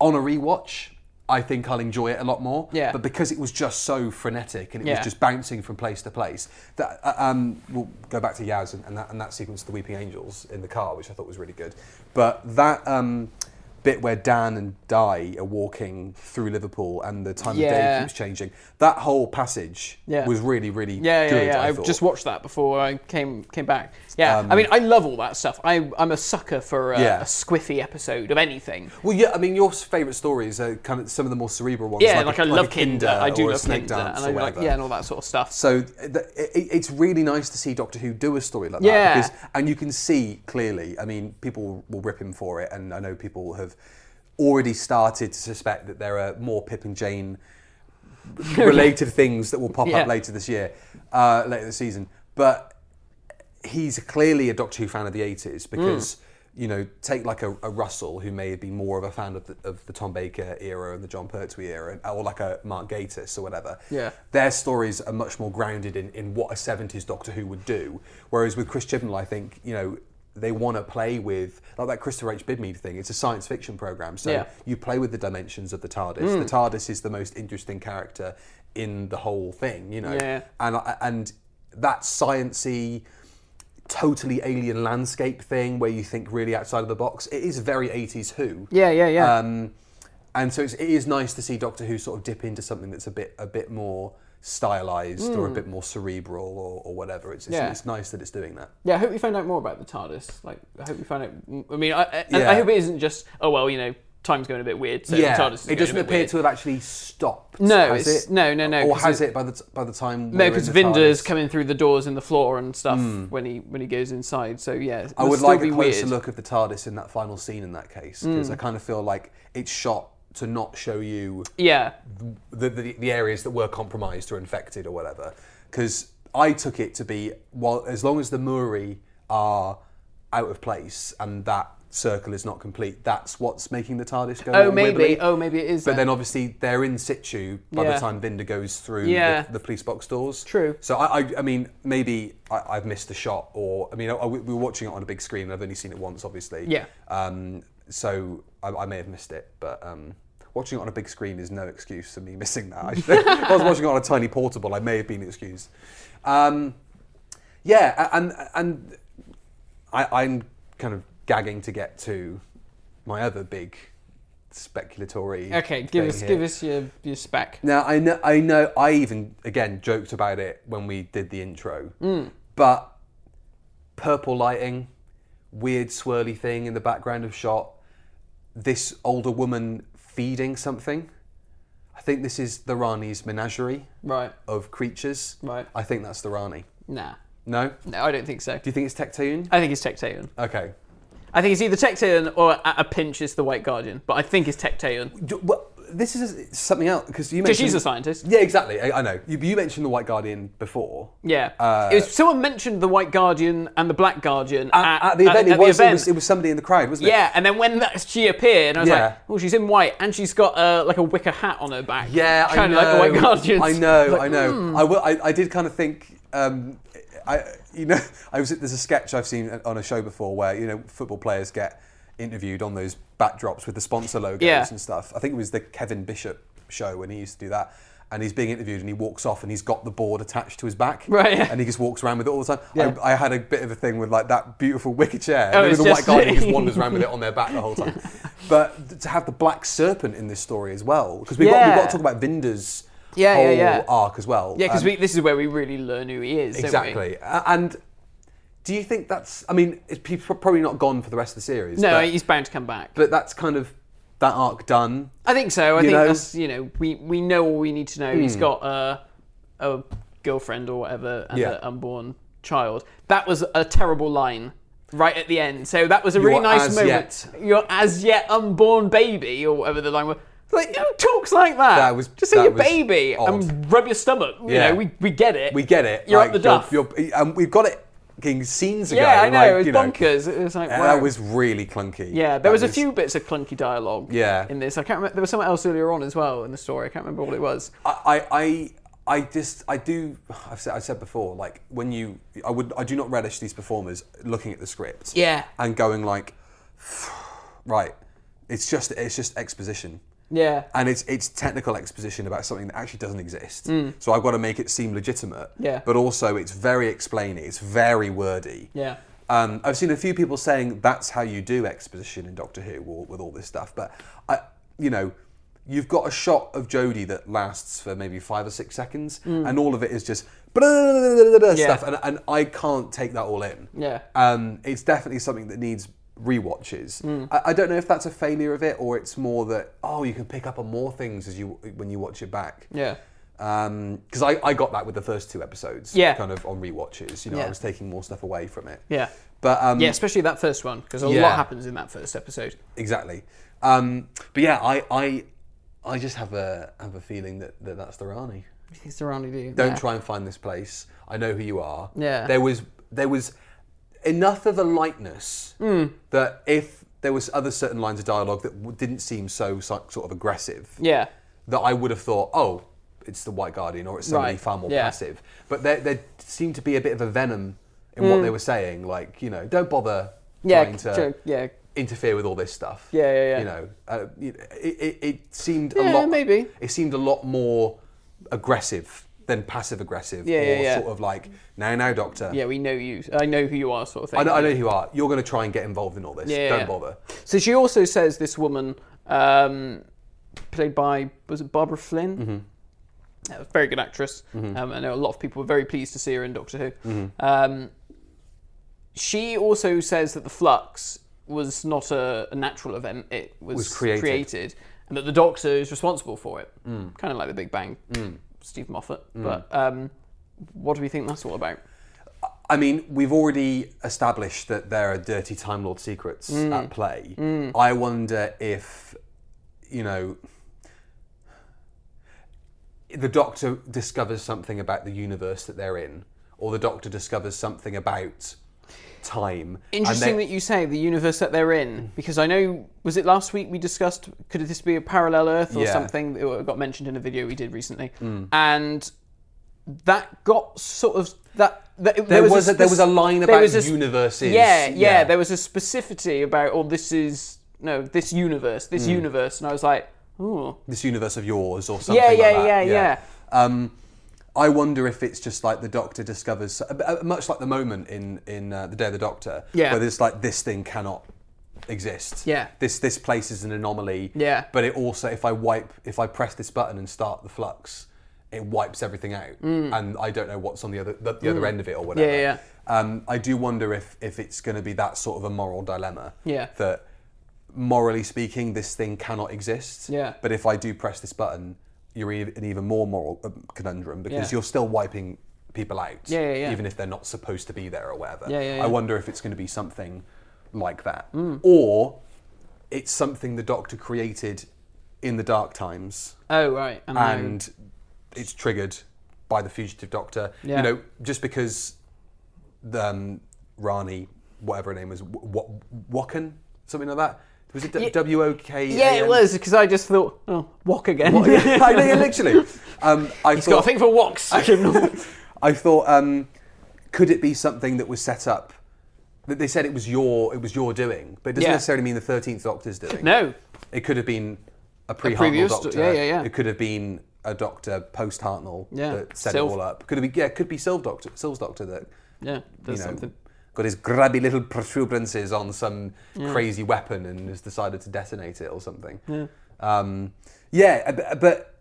C: On a rewatch, I think I'll enjoy it a lot more.
B: Yeah.
C: But because it was just so frenetic and it
B: Yeah.
C: was just bouncing from place to place, that uh, um, we'll go back to Yaz and, and, that, and that sequence of the Weeping Angels in the car, which I thought was really good. But that um, bit where Dan and Di are walking through Liverpool and the time of day
B: Yeah.
C: keeps changing, that whole passage
B: Yeah.
C: was really, really
B: Yeah, yeah,
C: good.
B: yeah.
C: I
B: I,
C: thought. Um,
B: just watched that before I came came back. Yeah, I mean, I love all that stuff. I, I'm a sucker for uh, a,
C: Yeah.
B: a squiffy episode of anything.
C: Well, yeah, I mean, your favourite stories are kind of some of the more cerebral ones.
B: Yeah,
C: a-
B: like, I love
C: a
B: Kinder. I do
C: or a
B: love
C: Snake
B: Kinder,
C: Dance
B: and
C: or
B: I like
C: whatever.
B: yeah, and all that sort of stuff.
C: So the, it, it's really nice to see Doctor Who do a story like
B: Yeah.
C: that. Because, and you can see clearly, I mean, people will rip him for it. And I know people have already started to suspect that there are more Pip and Jane related things that will pop
B: Yeah.
C: up later this year, uh, later this season. But he's clearly a Doctor Who fan of the 80s because. You know, take like a, a Russell who may be more of a fan of the, of the Tom Baker era and the John Pertwee era, or like a Mark Gatiss or whatever
B: Yeah.
C: their stories are much more grounded in, in what a 70s Doctor Who would do. Whereas with Chris Chibnall, I think, you know, they want to play with, like that Christopher H. Bidmead thing, it's a science fiction program. So
B: Yeah. Hmm.
C: you play with the dimensions of the TARDIS. The TARDIS is the most interesting character in the whole thing, you know.
B: Yeah.
C: And, I- and that sciency, totally alien landscape thing where you think really outside of the box, it is very 80s Who.
B: yeah, yeah, yeah.
C: Um, and so it's, it is nice to see Doctor Who sort of dip into something that's a bit a bit more stylized or a bit more cerebral or, or whatever. It's, it's,
B: Hmm. Yeah.
C: it's nice that it's doing that.
B: Yeah, I hope we find out more about the TARDIS. Like, I hope we find out. I mean, I, I,
C: Yeah.
B: I hope it isn't just oh well, you know, time's going a bit weird. So the TARDIS. Is
C: it
B: going
C: doesn't
B: a bit
C: appear
B: weird.
C: to have actually stopped.
B: No,
C: has
B: it's-
C: it?
B: no, no, no,
C: Or
B: 'cause
C: has
B: it-
C: it by the t- by the time?
B: No,
C: we're
B: because
C: in the
B: Vinder's
C: TARDIS? Hmm.
B: coming through the doors in the floor and stuff when he when he goes inside. So yeah, it
C: I
B: must
C: would
B: still
C: like
B: be
C: a closer
B: weird. Hmm.
C: look of the TARDIS in that final scene. In that case, because I kind of feel like it's shot to not show you
B: Yeah,
C: the, the, the areas that were compromised or infected or whatever. Because I took it to be, well, as long as the Muri are out of place and that circle is not complete, that's what's making the TARDIS go.
B: Oh,
C: all
B: maybe.
C: wibbly.
B: Oh, maybe it is
C: But
B: then.
C: then obviously they're in situ by
B: Yeah.
C: the time Binder goes through
B: Yeah.
C: the, the police box doors.
B: True.
C: So I, I, I mean, maybe I, I've missed a shot, or I mean, I, I- we were watching it on a big screen and I've only seen it once, obviously.
B: Yeah.
C: Um, so I, I may have missed it, but um, watching it on a big screen is no excuse for me missing that. I should- if I was watching it on a tiny portable, I may have been excused. Um, yeah, a- and and I, I'm kind of gagging to get to my other big speculatory.
B: Okay, give
C: thing
B: us
C: here.
B: give us your your spec.
C: Now I know I know I even again joked about it when we did the intro.
B: Mm.
C: But purple lighting, weird swirly thing in the background of shot, this older woman feeding something. I think this is the Rani's menagerie
B: Right.
C: of creatures.
B: Right.
C: I think that's the Rani.
B: Nah.
C: No? Do
B: No, I don't think so.
C: you think it's Tectayun?
B: I think it's Tectaeon.
C: Okay.
B: I think it's either Tectaeon or at a pinch it's the White Guardian, but I think it's Tectaeon.
C: Do- well, this is something else because you
B: Because
C: mentioned.
B: she's a scientist.
C: Yeah, exactly. I, I know. You, you mentioned the White Guardian before.
B: Yeah. it was, someone mentioned the White Guardian and the Black Guardian
C: Uh, At, at the event,
B: at
C: it, was,
B: event.
C: It, was, it was somebody in the crowd, wasn't it?
B: yeah, and then when that, she appeared, I was
C: Yeah.
B: like, "Oh, she's in white, and she's got uh, like a wicker hat on her back."
C: Yeah, I
B: kind
C: know.
B: of like the White Guardians. hmm.
C: I know, I know. I, will, I, I did kind of think, um, I, you know, I was there's a sketch I've seen on a show before where you know football players get interviewed on those backdrops with the sponsor logos
B: Yeah.
C: and stuff. I think it was the Kevin Bishop show when he used to do that. And he's being interviewed, and he walks off, and he's got the board attached to his back,
B: Right, yeah.
C: And he just walks around with it all the time.
B: Yeah.
C: I, I had a bit of a thing with like that beautiful wicker chair.
B: Oh,
C: Maybe
B: it's
C: the
B: just-
C: white guy just wanders around with it on their back the whole time. But to have the black serpent in this story as well, because we've, got, we've got to
B: Yeah.
C: talk about Vinder's
B: Yeah, yeah,
C: whole
B: yeah.
C: arc as well.
B: Yeah, because
C: Um,
B: this is where we really learn who he is. don't we?
C: exactly. A- And do you think that's? I mean, it's, he's pro- probably not gone for the rest of the series.
B: No,
C: but,
B: he's bound to come back.
C: but that's kind of that arc done.
B: I think so. I
C: You
B: think
C: know? Hmm.
B: that's you know we we know all we need to know. He's got a a girlfriend or whatever and
C: Yeah.
B: an unborn child. That was a terrible line right at the end. So that was a really
C: Your
B: nice
C: as
B: moment. Your as yet unborn baby or whatever the line was. Like who talks like that?
C: That was-
B: just say
C: that
B: your
C: was
B: baby and
C: odd.
B: rub your stomach. You
C: Yeah.
B: know, we, we get it.
C: We get it.
B: You're
C: like,
B: up the duff.
C: You're, you're- and we've got it. fucking Scenes ago.
B: yeah, I know.
C: like,
B: it was
C: you know.
B: bonkers. It was like
C: And
B: wow.
C: That was really clunky.
B: Yeah,
C: That
B: there was a few bits of clunky dialogue.
C: Yeah.
B: in this, I can't remember. There was something else earlier on as well in the story. I can't remember what it was.
C: I, I, I- I just, I do. I've said, I said before, like when you, I would, I do not relish these performers looking at the script.
B: Yeah.
C: And going like, right, it's just, it's just exposition,
B: Yeah,
C: and it's, it's technical exposition about something that actually doesn't exist. So I've got to make it seem legitimate.
B: Mm. Yeah.
C: But also, it's very explainy. It's very wordy.
B: Yeah.
C: Um, I've seen a few people saying that's how you do exposition in Doctor Who or, with all this stuff, but I, you know, you've got a shot of Jodie that lasts for maybe five or six seconds,
B: Mm.
C: and all of it is just stuff, and, and I can't take that all in.
B: Yeah.
C: um, it's definitely something that needs rewatches.
B: Hmm.
C: I, I don't know if that's a failure of it or it's more that oh, you can pick up on more things as you when you watch it back.
B: yeah,
C: Because I, I got that with the first two episodes,
B: Yeah.
C: kind of on rewatches. You know,
B: Yeah.
C: I was taking more stuff away from it.
B: yeah,
C: But um,
B: yeah. Especially that first one because a lot
C: Yeah.
B: happens in that first episode.
C: exactly. Um, but yeah, I, I I just have a have a feeling that, that that's the Rani.
B: It's around you.
C: Don't try and find this place. I know who you are.
B: Yeah.
C: There was there was enough of a lightness
B: Hmm.
C: that if there was other certain lines of dialogue that w- didn't seem so, so sort of aggressive,
B: Yeah,
C: that I would have thought, oh, it's the White Guardian or it's somebody
B: Right,
C: far more
B: yeah.
C: passive. But there, there seemed to be a bit of a venom in what they were saying, like you know, don't bother
B: Hmm. Yeah,
C: trying to
B: sure, yeah.
C: interfere with all this stuff.
B: Yeah, yeah, yeah.
C: You know, uh, you- it, it, it seemed
B: Yeah,
C: a lot.
B: maybe.
C: it seemed a lot more aggressive than passive aggressive,
B: Yeah,
C: or
B: yeah, yeah.
C: sort of like, now, now, doctor.
B: yeah. We know you. I know who you are, sort of thing.
C: I know, I know who you are. You're going to try and get involved in all this.
B: Yeah,
C: Don't
B: yeah.
C: bother.
B: So she also says this woman, um, played by was it Barbara Flynn?
C: Mm-hmm.
B: A very good actress. Um, I know a lot of people were very pleased to see her in Doctor Who.
C: Mm-hmm.
B: Um, she also says that the flux was not a, a natural event; it was,
C: Was created. Mm.
B: and that the Doctor is responsible for it. Kind of like the Big Bang, Steve Moffat. But um, what do we think that's all about?
C: I mean, we've already established that there are dirty Time Lord secrets
B: Mm.
C: at play. I wonder if, you know, the Doctor discovers something about the universe that they're in, or the Doctor discovers something about time. and they-
B: Interesting that you say the universe that they're
C: Mm.
B: in, because I know was it last week we discussed could this be a parallel Earth or
C: Yeah. Mm.
B: something that got mentioned in a video we did recently, and that got sort of that. that there,
C: was a- there was a line
B: there
C: about
B: was a sp-
C: universes.
B: Yeah, yeah,
C: Yeah.
B: There was a specificity about oh this is no this universe this universe, and I was like oh
C: this universe of yours or something
B: yeah
C: Mm. like
B: yeah,
C: that.
B: yeah yeah
C: Um, I wonder if it's just like the Doctor discovers, uh, much like the moment in in uh, the Day of the Doctor,
B: Yeah.
C: where it's like this thing cannot exist.
B: Yeah.
C: This this place is an anomaly.
B: Yeah.
C: But it also, if I wipe, if I press this button and start the flux, it wipes everything out, and I don't know what's on the other the, the other end of it or whatever.
B: Mm. yeah,
C: Um, I do wonder if if it's going to be that sort of a moral dilemma.
B: Yeah.
C: That morally speaking, this thing cannot exist.
B: Yeah.
C: But if I do press this button, you're ev- an even more moral um, conundrum because
B: Yeah.
C: you're still wiping people out,
B: Yeah, yeah, yeah.
C: even if they're not supposed to be there or whatever.
B: Yeah, yeah, Mm. yeah.
C: I wonder if it's going to be something like that, or it's something the Doctor created in the dark times
B: Oh right, and, now-
C: and it's triggered by the fugitive doctor.
B: Yeah.
C: You know, just because the um, Rani, whatever her name was, w- Woken, something like that. Was it
B: Ye-
C: W O K?
B: yeah, it was because I just thought, oh, walk again.
C: I know, yeah, literally. Um, I
B: He's
C: thought,
B: got a thing for walks.
C: I thought, um, could it be something that was set up? That they said it was your, it was your doing, but it doesn't
B: Yeah.
C: necessarily mean the Thirteenth Doctor's doing.
B: no,
C: It could have been a pre-Hartnell
B: previous-
C: doctor.
B: yeah, yeah, yeah.
C: It could have been a doctor post-Hartnell
B: Yeah.
C: that set
B: Sylv.
C: it all up. Could have been yeah, it could be Sylv doctor, Sylv's doctor that
B: yeah,
C: you
B: there's
C: know
B: something.
C: got his grabby little protuberances on some crazy weapon and has decided to detonate it or something. Yeah, um, yeah, but. but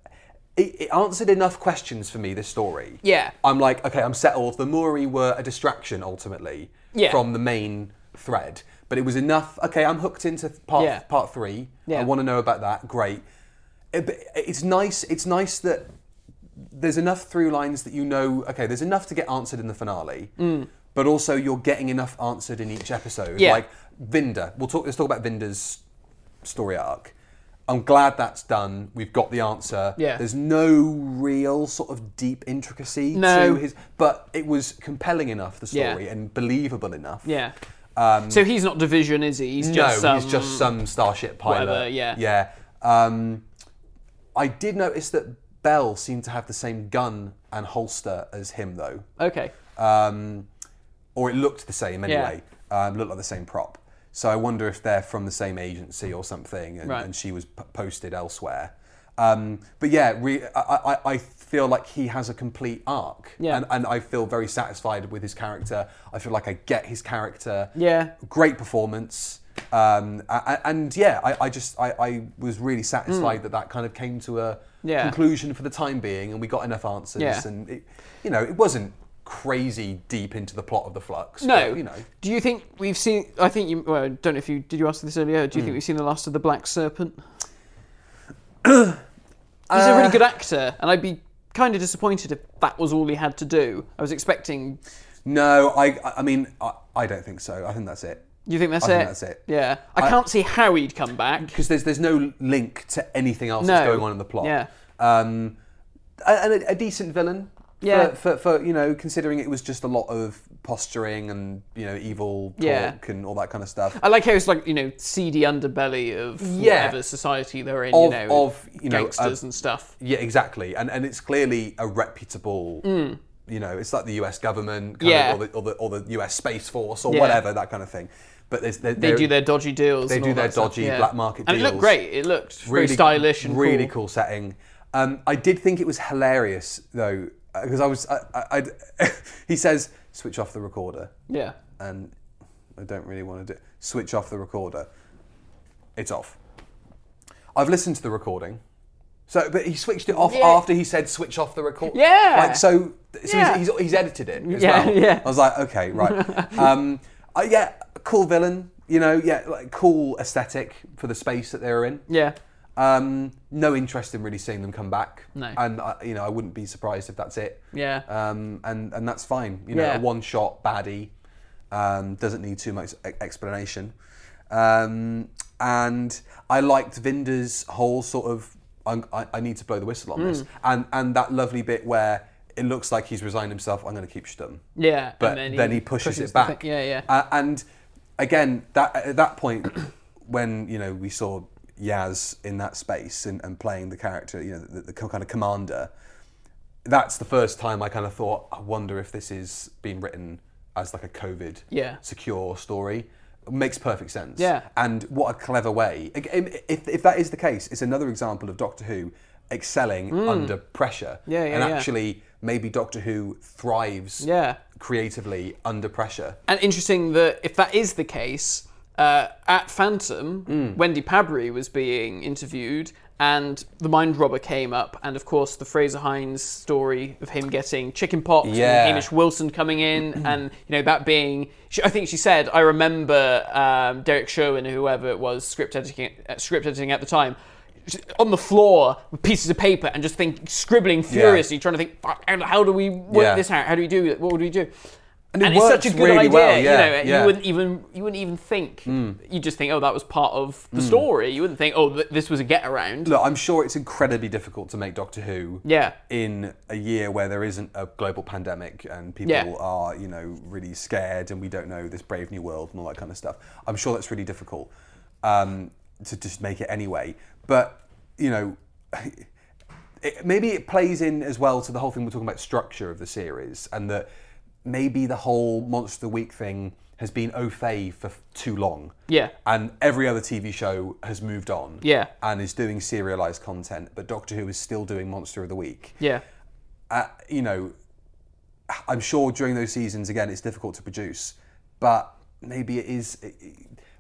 C: it, it answered enough questions for me. This story.
B: Yeah.
C: I'm like, okay, I'm settled. The Mori were a distraction ultimately
B: Yeah.
C: from the main thread, but it was enough. Okay, I'm hooked into part
B: Yeah.
C: part three.
B: Yeah.
C: I want to know about that. Great. It- but it's nice. It's nice that there's enough through lines that you know. Okay, there's enough to get answered in the finale, but also you're getting enough answered in each episode.
B: Mm. Yeah.
C: Like Vinda. We'll talk. Let's talk about Vinda's story arc. I'm glad that's done. We've got the answer.
B: Yeah.
C: There's no real sort of deep intricacy
B: No.
C: to his, but it was compelling enough the
B: Yeah.
C: story and believable enough.
B: Yeah. so he's not division, is he? He's
C: Um, No,
B: just um, some,
C: he's just some starship pilot.
B: whatever, yeah.
C: Yeah. Um, I did notice that Bell seemed to have the same gun and holster as him, though.
B: okay.
C: Um, or it looked the same anyway. Um, looked like the same prop. So I wonder if they're from the same agency or something, and,
B: Right.
C: and she was p- posted elsewhere. Um, but yeah, re- I, I, I feel like he has a complete arc,
B: Yeah.
C: and, and I feel very satisfied with his character. I feel like I get his character.
B: Yeah.
C: great performance. Um, a- a- and yeah, I, I just I, I was really satisfied that that kind of came to a
B: Hmm. Yeah.
C: conclusion for the time being, and we got enough answers.
B: Yeah.
C: And it, you know, it wasn't crazy deep into the plot of the flux.
B: No.
C: but, you know,
B: Do you think we've seen? I think you. Well, I don't know if you did. You ask this earlier. Do you
C: Hmm.
B: think we've seen the last of the Black Serpent? He's a
C: Uh,
B: really good actor, and I'd be kind of disappointed if that was all he had to do. I was expecting.
C: no, I I- I mean I, I don't think so. I think that's it
B: You think that's
C: I
B: it?
C: think that's it.
B: Yeah. I,
C: I-
B: can't see how he'd come back.
C: because there's there's no link to anything else that's
B: No.
C: going on in the plot.
B: Yeah.
C: Um, a- and a, a decent villain.
B: Yeah.
C: For, for, for you know, considering it was just a lot of posturing and you know evil talk
B: Yeah.
C: and all that kind of stuff.
B: I like how it's like you know seedy underbelly of
C: Yeah.
B: whatever society they're in. you
C: Of-
B: know,
C: of, you know,
B: gangsters
C: uh,
B: and stuff.
C: Yeah, exactly. And and it's clearly a reputable. You know, it's like the U.S. government, kind
B: Mm. Yeah.
C: of, or, the, or the or the U.S. Space Force or
B: Yeah.
C: whatever that kind of thing. But there's, there-
B: They
C: there-
B: do their dodgy deals.
C: they
B: and
C: do
B: all
C: their
B: that stuff,
C: dodgy
B: yeah.
C: black market
B: And it looked
C: deals.
B: great. It looked very stylish and
C: really cool, setting. Um, I did think it was hilarious though because I was I, I, I he says switch off the recorder
B: Yeah.
C: and I don't really want to do switch off the recorder. It's off. I've listened to the recording. So, but he switched it off
B: Yeah.
C: after he said switch off the record.
B: Yeah.
C: Like so, so
B: Yeah.
C: he's, he's, he's edited it. As
B: Yeah,
C: well.
B: yeah.
C: I was like, okay, right. um, uh, yeah, cool villain. You know, yeah, like cool aesthetic for the space that they were in.
B: Yeah.
C: Um, no interest in really seeing them come back.
B: No.
C: And I, you know, I wouldn't be surprised if that's it.
B: Yeah.
C: Um, and and that's fine. You know,
B: Yeah.
C: a one shot baddie um, doesn't need too much e- explanation. Um, and I liked Vinder's whole sort of I'm, I, I need to blow the whistle on
B: Hmm.
C: this, and and that lovely bit where it looks like he's resigned himself. I'm going to keep stum.
B: Yeah, and
C: But then
B: then
C: he,
B: he
C: pushes,
B: pushes
C: it
B: the thing-
C: back.
B: yeah, yeah.
C: Uh, and again, that at that point, when you know we saw Yaz in that space and, and playing the character, you know, the, the kind of commander. That's the first time I kind of thought, I wonder if this is being written as like a COVID
B: Yeah.
C: secure story. It makes perfect sense.
B: Yeah.
C: And what a clever way. Ag- If, if that is the case, it's another example of Doctor Who excelling under pressure.
B: Mm. Yeah, yeah,
C: And
B: yeah.
C: actually, maybe Doctor Who thrives
B: Yeah.
C: creatively under pressure.
B: And interesting that if that is the case, uh, at Phantom,
C: Mm.
B: Wendy Pabry was being interviewed, and the Mind Robber came up, and of course the Fraser Hines story of him getting chicken pox
C: Yeah.
B: and Hamish Wilson coming in, and you know that being, she, I think she said, I remember um, Derek Sherwin, whoever it was, script editing, uh, script editing at the time. just on the floor with pieces of paper and just think, scribbling furiously, trying to think, fuck, how- how do we work
C: Yeah.
B: this out? How do we do it? What would we do?
C: And it works really well, yeah,
B: you know.
C: yeah. Hmm.
B: You wouldn't even you wouldn't even think. You just think, oh, that was part of the story. You wouldn't think, oh, th- this was a get around.
C: Look, I'm sure it's incredibly difficult to make Doctor Who.
B: Yeah.
C: In a year where there isn't a global pandemic and people
B: Yeah.
C: are, you know, really scared and we don't know this brave new world and all that kind of stuff. I'm sure that's really difficult um, to just make it anyway. But you know. It, maybe it plays in as well to the whole thing we're talking about structure of the series, and that maybe the whole Monster of the Week thing has been au fait for f- too long.
B: Yeah.
C: And every other TV show has moved on.
B: Yeah.
C: And is doing serialized content, but Doctor Who is still doing Monster of the Week.
B: Yeah.
C: Uh, you know, I'm sure during those seasons, again, it's difficult to produce, but maybe it is it- it-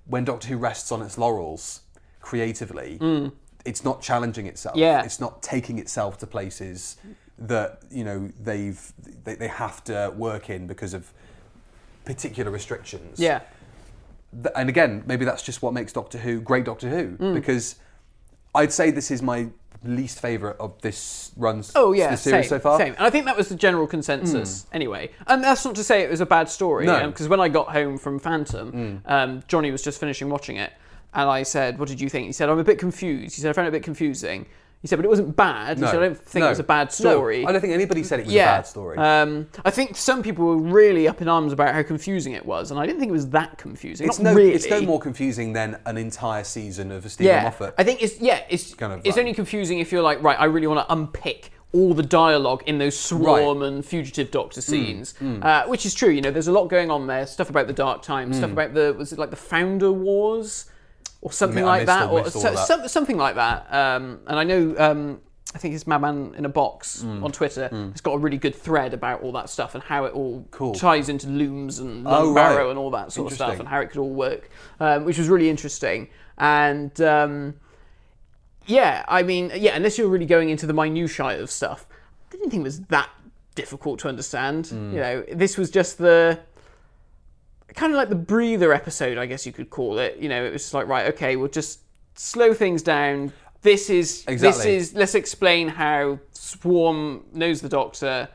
C: when Doctor Who rests on its laurels creatively, it's not challenging itself.
B: Mm. Yeah.
C: It's not taking itself to places that, you know, they've, they, they have to work in because of particular restrictions
B: Yeah.
C: th- and again, maybe that's just what makes Doctor Who great Doctor Who
B: Mm.
C: because I'd say this is my least favorite of this runs
B: Oh yeah,
C: the series
B: same,
C: so far. Hmm.
B: Same, and I think that was the general consensus anyway. And that's not to say it was a bad story,
C: No. Hmm.
B: because when I got home from Phantom, um, Johnny was just finishing watching it, and I said, "What did you think?" He said, "I'm a bit confused." He said, "I found it a bit confusing." He said, "But it wasn't bad."
C: No,
B: He said, "I don't think
C: no,
B: it was a bad story."
C: No, I don't think anybody said it was
B: yeah.
C: a bad story.
B: Um, I think some people were really up in arms about how confusing it was, and I didn't think it was that confusing.
C: it's
B: Not
C: no,
B: really.
C: it's no more confusing than an entire season of Stephen
B: yeah.
C: Moffat.
B: I think it's yeah, it's
C: Kind of
B: it's
C: vibe.
B: only confusing if you're like, right, I really want to unpick all the dialogue in those swarm and fugitive doctor
C: Hmm.
B: scenes, Uh, which is true. You know, there's a lot going on there. Stuff about the dark times, stuff about the was it like the founder wars or something
C: Hmm. I
B: like
C: missed
B: that,
C: all-
B: or
C: missed all
B: so-
C: of that.
B: some- something like that. Um, and I know. Um, I think it's Madman in a Box
C: Hmm.
B: on Twitter. It's got a really good thread about all that stuff and how it all ties into looms and
C: Oh,
B: oh,
C: right.
B: Barrow and all that sort of stuff
C: Interesting.
B: and how it could all work, um, which was really interesting. And um, yeah, I mean, yeah, unless you're really going into the minutiae of stuff, I didn't think it was that difficult to understand.
C: Hmm.
B: You know, this was just the kind of like the breather episode, I guess you could call it. You know, it was just like, right, okay, we'll just slow things down. This is this
C: Exactly.
B: is let's explain how Swarm knows the Doctor,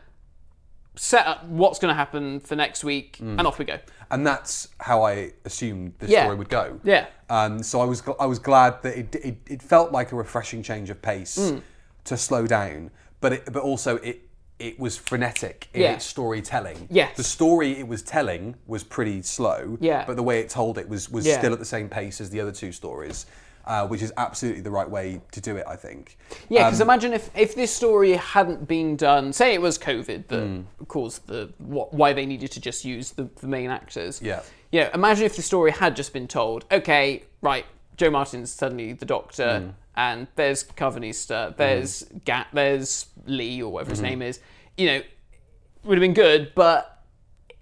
B: set up what's going to happen for next week,
C: Hmm.
B: and off we go.
C: and that's how I assumed this
B: Yeah.
C: story would go.
B: Yeah.
C: Um, so I was gl- I was glad that it, it it felt like a refreshing change of pace
B: Mm.
C: to slow down, but it, but also it it was frenetic in
B: Yeah.
C: its storytelling.
B: Yes.
C: The story it was telling was pretty slow.
B: Yeah.
C: But the way it told it was was
B: Yeah.
C: still at the same pace as the other two stories, uh, which is absolutely the right way to do it. I think.
B: Yeah, because imagine if, if this story hadn't been done, say it was COVID that caused the what, why they needed to just use the, the main actors.
C: Yeah.
B: Yeah, imagine if the story had just been told, okay, right, Joe Martin's suddenly the doctor, and there's Carvanista, there's Gat, there's Lee, or whatever his name is. You know, would have been good, but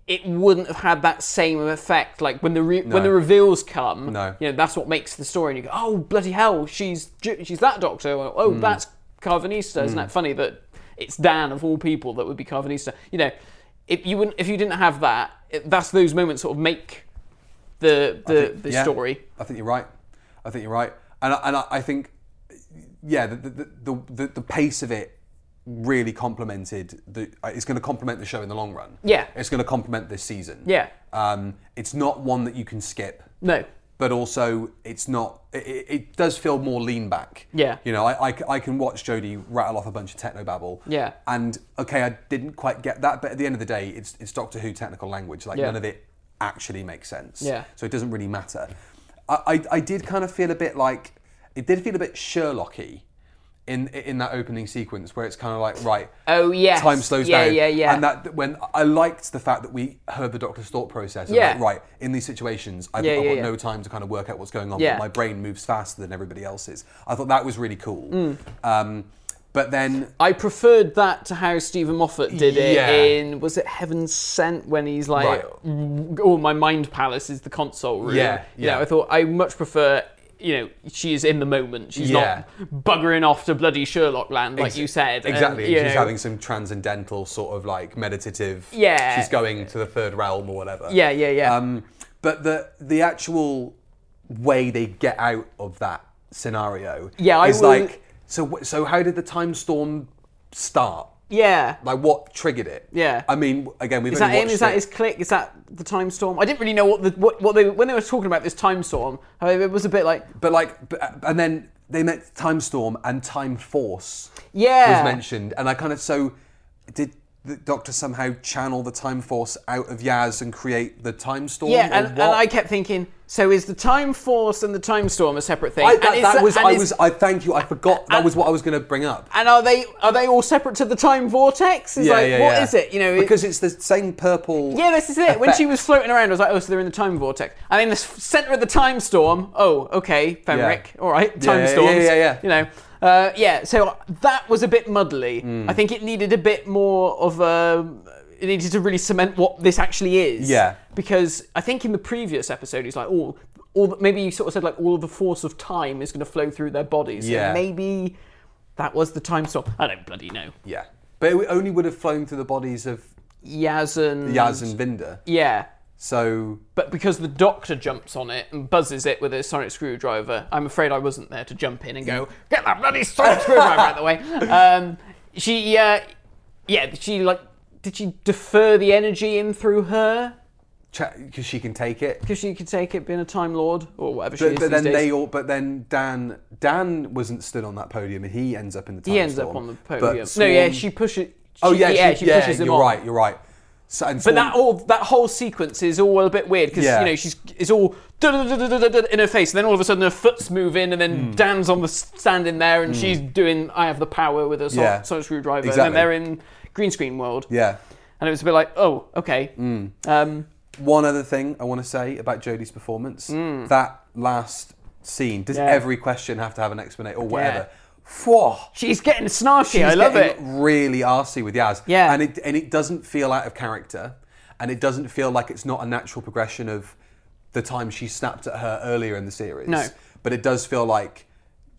B: it wouldn't have had that same effect. Like when the re- when the reveals come,
C: No.
B: you know that's what makes the story. And you go, oh bloody hell, she's Ju- she's that doctor. Or, oh,
C: Mm.
B: that's Carvanista. Isn't that funny that it's Dan of all people that would be Carvanista? You know, if you wouldn't if you didn't have that, it, that's those moments sort of make the the, the
C: Yeah,
B: story.
C: I think you're right. I think you're right, and I, and I, I think yeah, the the, the the the pace of it really complemented the. It's going to complement the show in the long run.
B: Yeah.
C: it's going to complement this season.
B: Yeah.
C: um, it's not one that you can skip.
B: No.
C: But also, it's not. It, it- it does feel more lean back.
B: Yeah.
C: You know, I, I c- I can watch Jodie rattle off a bunch of techno babble.
B: Yeah.
C: And okay, I didn't quite get that, but at the end of the day, it's it's Doctor Who technical language. Like
B: Yeah.
C: none of it actually makes sense.
B: Yeah.
C: So it doesn't really matter. I, I, I did kind of feel a bit like it did feel a bit Sherlocky in in that opening sequence where it's kind of like right.
B: Oh, yes.
C: Time slows
B: Yeah,
C: down.
B: yeah, yeah.
C: And that when I liked the fact that we heard the Doctor's thought process. of
B: Yeah.
C: Like, right. In these situations, I've,
B: Yeah,
C: I've
B: yeah,
C: got
B: yeah.
C: no time to kind of work out what's going on.
B: Yeah.
C: But my brain moves faster than everybody else's. I thought that was really cool. Um, but then
B: Mm. I preferred that to how Stephen Moffat did
C: Yeah.
B: it in was it Heaven Sent when he's like, oh, my mind palace is the console room.
C: Yeah,
B: You know,
C: yeah.
B: I thought I much prefer. You know, she is in the moment. She's
C: Yeah.
B: not buggering off to bloody Sherlock land, like
C: Ex-
B: you said. and,
C: Exactly.
B: um, you
C: she's
B: know,
C: having some transcendental sort of like meditative.
B: Yeah.
C: She's going to the third realm or whatever.
B: Yeah, yeah, yeah.
C: Um, but the the actual way they get out of that scenario.
B: Yeah, I
C: is
B: will-
C: like so. wh- So how did the time storm start?
B: Yeah.
C: Like what triggered it?
B: Yeah.
C: I mean, again, we've
B: Is that
C: only
B: him?
C: watched
B: Is that
C: it.
B: his click? Is that the time storm? I didn't really know what the what, what they when they were talking about this time storm. however, It was a bit like
C: But like, b- uh, and then they meant time storm and time force.
B: Yeah.
C: was mentioned, and I kind of so did the Doctor somehow channel the time force out of Yaz and create the time storm?
B: yeah,
C: or
B: and, and
C: what?
B: I kept thinking. So is the time force and the time storm a separate thing?
C: I,
B: And
C: that,
B: is
C: that was
B: and
C: I
B: is-
C: was I thank you I forgot that was what I was going to bring up.
B: And are they are they all separate to the time vortex? It's like what is it? You know, it-
C: because it's the same purple.
B: Yeah, this is it. When she
C: effect.
B: was floating around, I was like, oh, so they're in the time vortex. And in the s- center of the time storm, oh, okay, Fenric,
C: Yeah.
B: all right,
C: Yeah,
B: time
C: yeah, yeah,
B: storms.
C: yeah, yeah.
B: You know, uh, yeah, so that was a bit muddly.
C: Mm.
B: I think it needed a bit more of a. It needed to really cement what this actually is.
C: Yeah.
B: Because I think in the previous episode, he's like, oh, all the, maybe you sort of said like all of the force of time is going to flow through their bodies. So
C: Yeah.
B: maybe that was the time storm. I don't bloody know.
C: yeah. But it only would have flown through the bodies of
B: Yaz and.
C: Yaz and Vinda.
B: Yeah.
C: So
B: But because the doctor jumps on it and buzzes it with a sonic screwdriver, I'm afraid I wasn't there to jump in and go, get that bloody sonic screwdriver out of the way. Um, she, uh, yeah, she like, did she defer the energy in through her?
C: because she can take it.
B: Because she could take it being a Time Lord or whatever she
C: But,
B: is.
C: but
B: these
C: then
B: days.
C: they all. But then Dan. Dan wasn't stood on that podium, and he ends up in the. Time
B: he ends up
C: storm.
B: on the
C: But
B: podium.
C: Swan-
B: no, yeah, she pushes.
C: Oh yeah,
B: yeah, she
C: she, yeah,
B: pushes him
C: You're
B: on.
C: right. You're right. So, and
B: But that all that whole sequence is all a bit weird because
C: Yeah.
B: you know she's it's all da- da- da- da- da- da- da- in her face, and then all of a sudden her foot's moving, and
C: Hmm.
B: then Dan's on the s- standing there, and she's doing I have the power with a sol-
C: Yeah.
B: sonic screwdriver,
C: Exactly.
B: and then they're in green screen world,
C: yeah. Hmm.
B: and it was a bit like oh okay, um,
C: One other thing I want to say about Jodie's performance. That last scene. Does
B: Mm. Yeah.
C: every question have to have an explanation or whatever? Whoa.
B: she's getting snarky.
C: She's
B: I love it.
C: getting Really arsey with Yaz.
B: Yeah.
C: And it and it doesn't feel out of character, and it doesn't feel like it's not a natural progression of the time she snapped at her earlier in the series.
B: No.
C: But it does feel like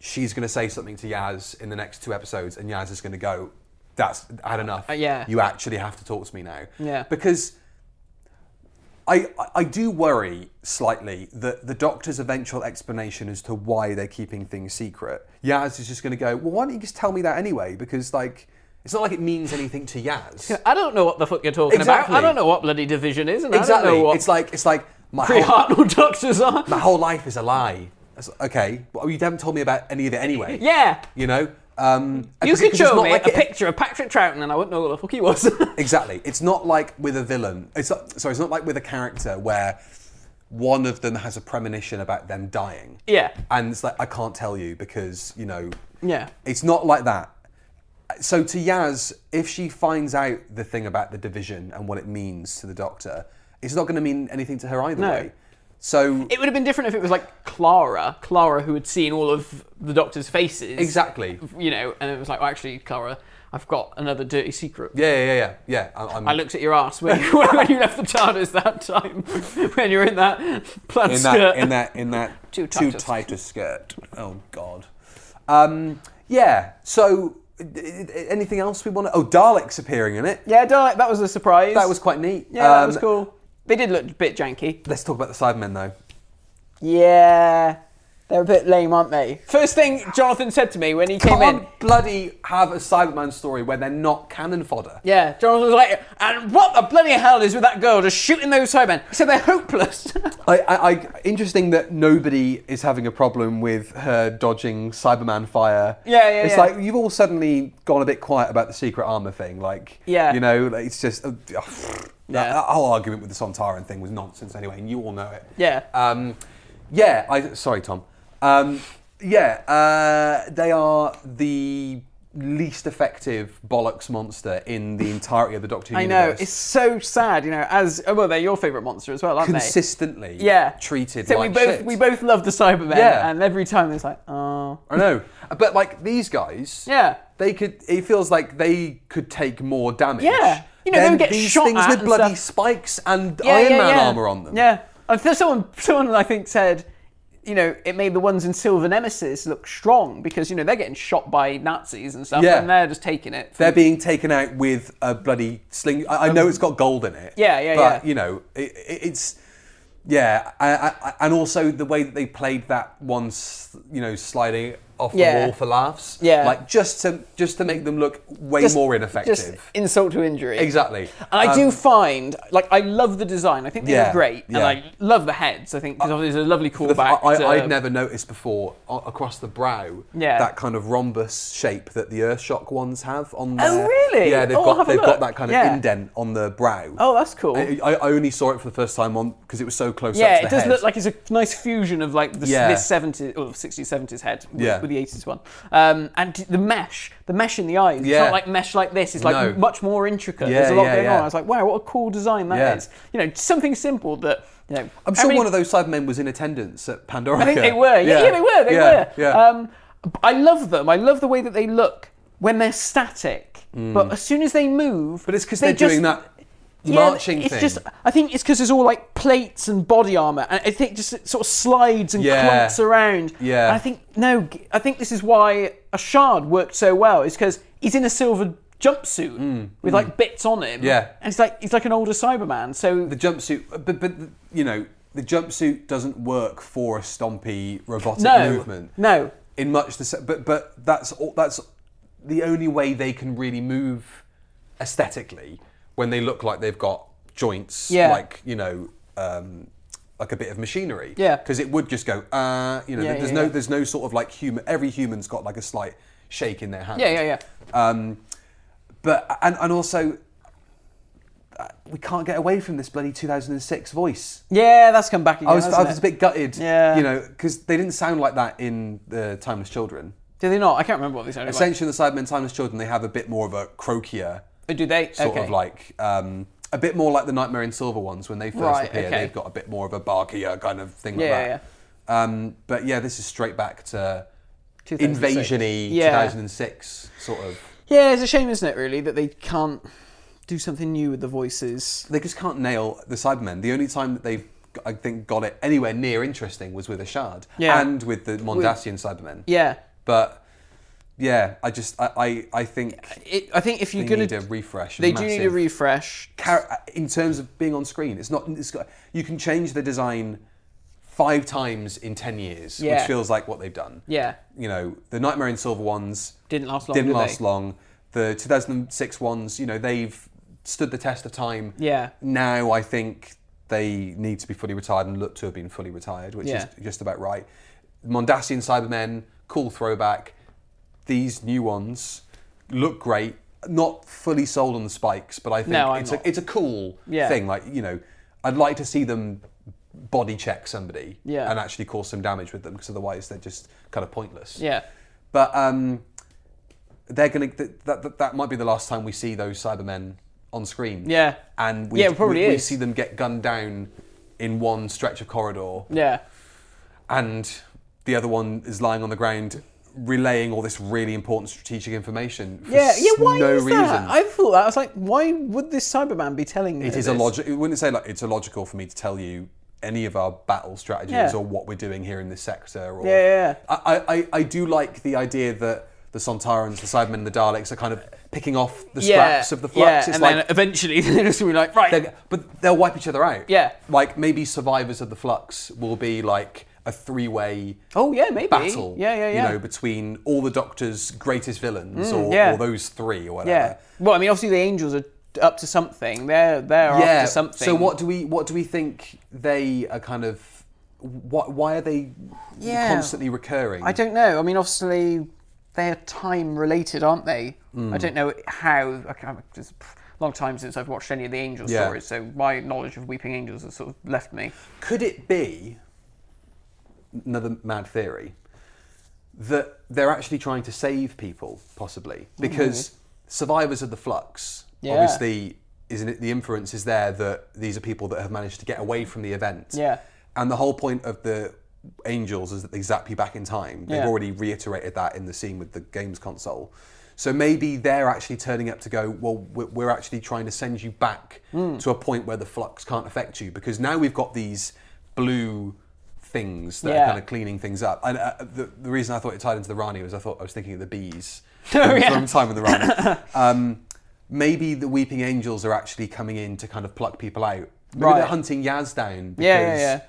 C: she's going to say something to Yaz in the next two episodes, and Yaz is going to go, "That's I had enough.
B: Uh, yeah.
C: You actually have to talk to me now.
B: Yeah.
C: Because. I, I- I do worry slightly that the doctor's eventual explanation as to why they're keeping things secret, Yaz is just going to go, well, why don't you just tell me that anyway? Because, like, it's not like it means anything to Yaz.
B: I don't know what the fuck you're talking
C: Exactly.
B: about. I don't know what bloody division is, and I
C: Exactly.
B: don't know what
C: It's like, it's like, my
B: pre
C: whole,
B: Hartnell doctors are.
C: my whole life is a lie. It's like, okay, well, you haven't told me about any of it anyway.
B: Yeah.
C: You know? Um,
B: You
C: because-
B: could
C: because it's
B: show
C: not
B: me
C: like
B: a
C: it-
B: picture of Patrick Troughton, and I wouldn't know what the fuck he was.
C: Exactly. It's not like with a villain. It's not, sorry. It's not like with a character where one of them has a premonition about them dying.
B: Yeah.
C: And it's like I can't tell you because you know.
B: Yeah.
C: It's not like that. So to Yaz, if she finds out the thing about the division and what it means to the Doctor, it's not going to mean anything to her either
B: No.
C: way. So
B: It would have been different if it was like Clara, Clara who had seen all of the Doctor's faces.
C: exactly.
B: You know, and it was like, oh, actually, Clara, I've got another dirty secret.
C: Yeah, yeah, yeah, yeah. yeah I, I'm
B: I looked at your ass when you, when you left the TARDIS that time, when you're in that plaid
C: in
B: skirt.
C: that in that in that
B: Too
C: too
B: tight
C: tight,
B: a-
C: a skirt. Oh God. Um, yeah. So, i- i- anything else we want to? Oh, Daleks appearing in it.
B: yeah, Dalek, that was a surprise.
C: That was quite neat.
B: Yeah, that
C: Um,
B: was cool. They did look a bit janky.
C: Let's talk about the Cybermen though.
B: Yeah. They're a bit lame, aren't they? First thing Jonathan said to me when he came in.
C: Can't bloody have a Cyberman story where they're not cannon fodder.
B: Yeah, Jonathan was like, and what the bloody hell is with that girl just shooting those Cybermen? He said they're hopeless.
C: I, I, I, interesting that nobody is having a problem with her dodging Cyberman fire.
B: Yeah, yeah,
C: It's
B: yeah.
C: like you've all suddenly gone a bit quiet about the secret armor thing. Like,
B: Yeah.
C: you know, like, it's just uh, ugh, that,
B: Yeah.
C: that whole argument with the Sontaran thing was nonsense anyway, and you all know it.
B: Yeah.
C: Um, yeah. I sorry, Tom. Um, yeah, uh, they are the least effective bollocks monster in the entirety of the Doctor Who
B: I know
C: universe.
B: it's so sad, you know. As oh well, they're your favourite monster as well, aren't
C: consistently
B: they? Yeah,
C: treated
B: So
C: like
B: we both
C: shit.
B: we both love the Cybermen,
C: Yeah.
B: and every time it's like, oh,
C: I know, but like these guys,
B: Yeah.
C: they could. It feels like they could take more damage.
B: Yeah. You know, they
C: than
B: would get
C: these
B: shot
C: things
B: at
C: with
B: and
C: bloody
B: stuff.
C: spikes and
B: yeah,
C: Iron
B: yeah,
C: Man
B: yeah.
C: armor on them.
B: Yeah, I think someone someone I think said, you know, it made the ones in Silver Nemesis look strong because you know they're getting shot by Nazis and stuff,
C: Yeah.
B: and they're just taking it.
C: they're being taken out with a bloody sling. I, I know it's got gold in it.
B: Um, Yeah, yeah,
C: but,
B: yeah.
C: You know, it, it, it's Yeah, I, I, I- and also the way that they played that one, s- you know, sliding off the
B: Yeah.
C: wall for laughs.
B: Yeah.
C: like just to just to make them look way
B: Just-
C: more ineffective.
B: Just insult to injury.
C: exactly. Um,
B: And I do find, like, I love the design. I think they
C: Yeah,
B: look great, and
C: yeah. Uh,
B: I love the heads. I think because obviously there's a lovely
C: The f-
B: callback.
C: I,
B: to-
C: would never noticed before a- across the brow
B: Yeah.
C: that kind of rhombus shape that the Earthshock ones have on
B: Oh,
C: their
B: really?
C: yeah they've
B: Oh, I'll
C: got
B: have a
C: they've got
B: look.
C: that kind of
B: Yeah.
C: indent on the brow.
B: Oh, that's cool.
C: I, I I only saw it for the first time on because it was so close. up
B: yeah,
C: to
B: it
C: the
B: does
C: head.
B: look like it's a nice fusion of like the,
C: Yeah.
B: this 70s or 60s, 70s head with,
C: Yeah.
B: with the 80s one. Um, and the mesh, the mesh in the eyes. It's
C: Yeah.
B: not like mesh like this. It's like
C: No.
B: much more intricate.
C: Yeah,
B: There's a lot
C: yeah,
B: going on.
C: yeah.
B: I was like, wow, what a cool design that is.
C: Yeah.
B: You know, something simple that you know.
C: I'm sure one of those Cybermen was in attendance at Pandora.
B: I think they were. Yeah, yeah, they were. They
C: yeah,
B: were.
C: Yeah.
B: Um, b- I love them. I love the way that they look when they're static. But as soon as they move,
C: Mm. But it's because
B: they
C: they are
B: just-
C: doing that
B: Yeah,
C: marching
B: it's
C: thing.
B: just. I think it's because there's all like plates and body armor, and I think just it sort of slides and
C: Yeah.
B: clunks around.
C: Yeah.
B: And I think no. g- I think this is why a shard worked so well. Is because he's in a silver jumpsuit with like bits on him.
C: Mm, Yeah.
B: And it's like he's like an older Cyberman. So
C: the jumpsuit, but but you know the jumpsuit doesn't work for a stompy robotic
B: no
C: movement.
B: No.
C: in much the sa- but but that's all, that's the only way they can really move aesthetically when they look like they've got joints
B: Yeah.
C: like you know um, like a bit of machinery
B: Yeah.
C: because it would just go uh you know
B: Yeah,
C: there's
B: yeah,
C: no
B: yeah.
C: there's no sort of like human every human's got like a slight shake in their hand
B: Yeah, yeah, yeah.
C: um, but and and also uh, we can't get away from this bloody 2006 voice
B: Yeah, that's come back again.
C: I was, I
B: hasn't
C: was
B: it?
C: a bit gutted,
B: Yeah.
C: you know, because they didn't sound like that in the Timeless Children.
B: Do they not? I can't remember what they sounded like.
C: Essentially, the Cybermen Timeless Children, they have a bit more of a croakier
B: Oh, do they?
C: sort
B: Okay.
C: of like, um, a bit more like the Nightmare in Silver ones when they first
B: Right,
C: appear.
B: okay.
C: They've got a bit more of a barkier kind of thing like
B: Yeah,
C: that. Um, but yeah, this is straight back to
B: 2006.
C: invasion-y
B: Yeah.
C: 2006 sort of.
B: Yeah, it's a shame, isn't it? Really, that they can't do something new with the voices.
C: They just can't nail the Cybermen. The only time that they've, I think, got it anywhere near interesting was with a shard
B: Yeah.
C: and with the Mondasian Cybermen.
B: Yeah.
C: But yeah, I just I I, I think
B: It, I think if you're
C: they
B: gonna,
C: need a refresh.
B: they do need a
C: massive-
B: refresh.
C: Car- in terms of being on screen. It's not. It's got, you can change the design five times in ten years,
B: Yeah.
C: which feels like what they've done.
B: Yeah.
C: You know, the Nightmare in Silver ones
B: Didn't last long,
C: Didn't
B: did
C: last
B: they?
C: long. The 2006 ones, you know, they've stood the test of time.
B: Yeah.
C: Now I think they need to be fully retired and look to have been fully retired, which
B: Yeah.
C: is just about right. Mondasian Cybermen, cool throwback. These new ones look great. Not fully sold on the spikes, but I think
B: No, I'm
C: it's
B: not.
C: a it's a cool
B: Yeah.
C: thing. Like you know, I'd like to see them body check somebody
B: Yeah.
C: and actually cause some damage with them because otherwise they're just kind of pointless.
B: Yeah.
C: But um, they're gonna th- that, that that might be the last time we see those Cybermen on screen.
B: Yeah.
C: and we
B: Yeah, it probably
C: we, we
B: is.
C: see them get gunned down in one stretch of corridor,
B: Yeah.
C: and the other one is lying on the ground. Relaying all this really important strategic information for
B: Yeah. Yeah.
C: s-
B: Why
C: no
B: is
C: reason.
B: that? I thought that. I was like, why would this Cyberman be telling me?
C: It is
B: this?
C: illogical. Wouldn't it say like it's illogical for me to tell you any of our battle strategies
B: Yeah.
C: or what we're doing here in this sector? Or,
B: Yeah, yeah, yeah.
C: I, I- I, I do like the idea that the Sontarans, the Cybermen, and the Daleks are kind of picking off the scraps of the flux.
B: Yeah.
C: It's
B: and
C: like
B: then eventually they're just gonna be like, right.
C: they're- but they'll wipe each other out.
B: Yeah.
C: Like maybe survivors of the flux will be like a three-way
B: Oh yeah, maybe.
C: battle.
B: Yeah. Yeah. Yeah. Mm,
C: You know, between all the Doctor's greatest villains or,
B: yeah.
C: or those three or whatever.
B: yeah. Well, I mean, obviously the angels are up to something. They're they're up to something.
C: So what do we what do we think they are kind of what why are they
B: Yeah.
C: constantly recurring?
B: I don't know. I mean, obviously, they're time related, aren't they?
C: Hmm.
B: I don't know how. I can't, it's a long time since I've watched any of the Angel
C: Yeah.
B: stories, so my knowledge of Weeping Angels has sort of left me.
C: Could it be another mad theory that they're actually trying to save people possibly because survivors of the flux
B: Mm-hmm. Yeah.
C: obviously isn't it the inference is there that these are people that have managed to get away from the event.
B: Yeah.
C: And the whole point of the angels is that they zap you back in time. They've
B: Yeah.
C: already reiterated that in the scene with the games console. So maybe they're actually turning up to go, well, we're we're actually trying to send you back
B: Hmm.
C: to a point where the flux can't affect you because now we've got these blue things that
B: Yeah.
C: are kind of cleaning things up. And uh, the, the reason I thought it tied into the Rani was I thought I was thinking of the bees
B: Oh,
C: from, from Time with the Rani. um, maybe the Weeping Angels are actually coming in to kind of pluck people out Maybe
B: Right.
C: they're hunting Yaz down because
B: Yeah, yeah, yeah.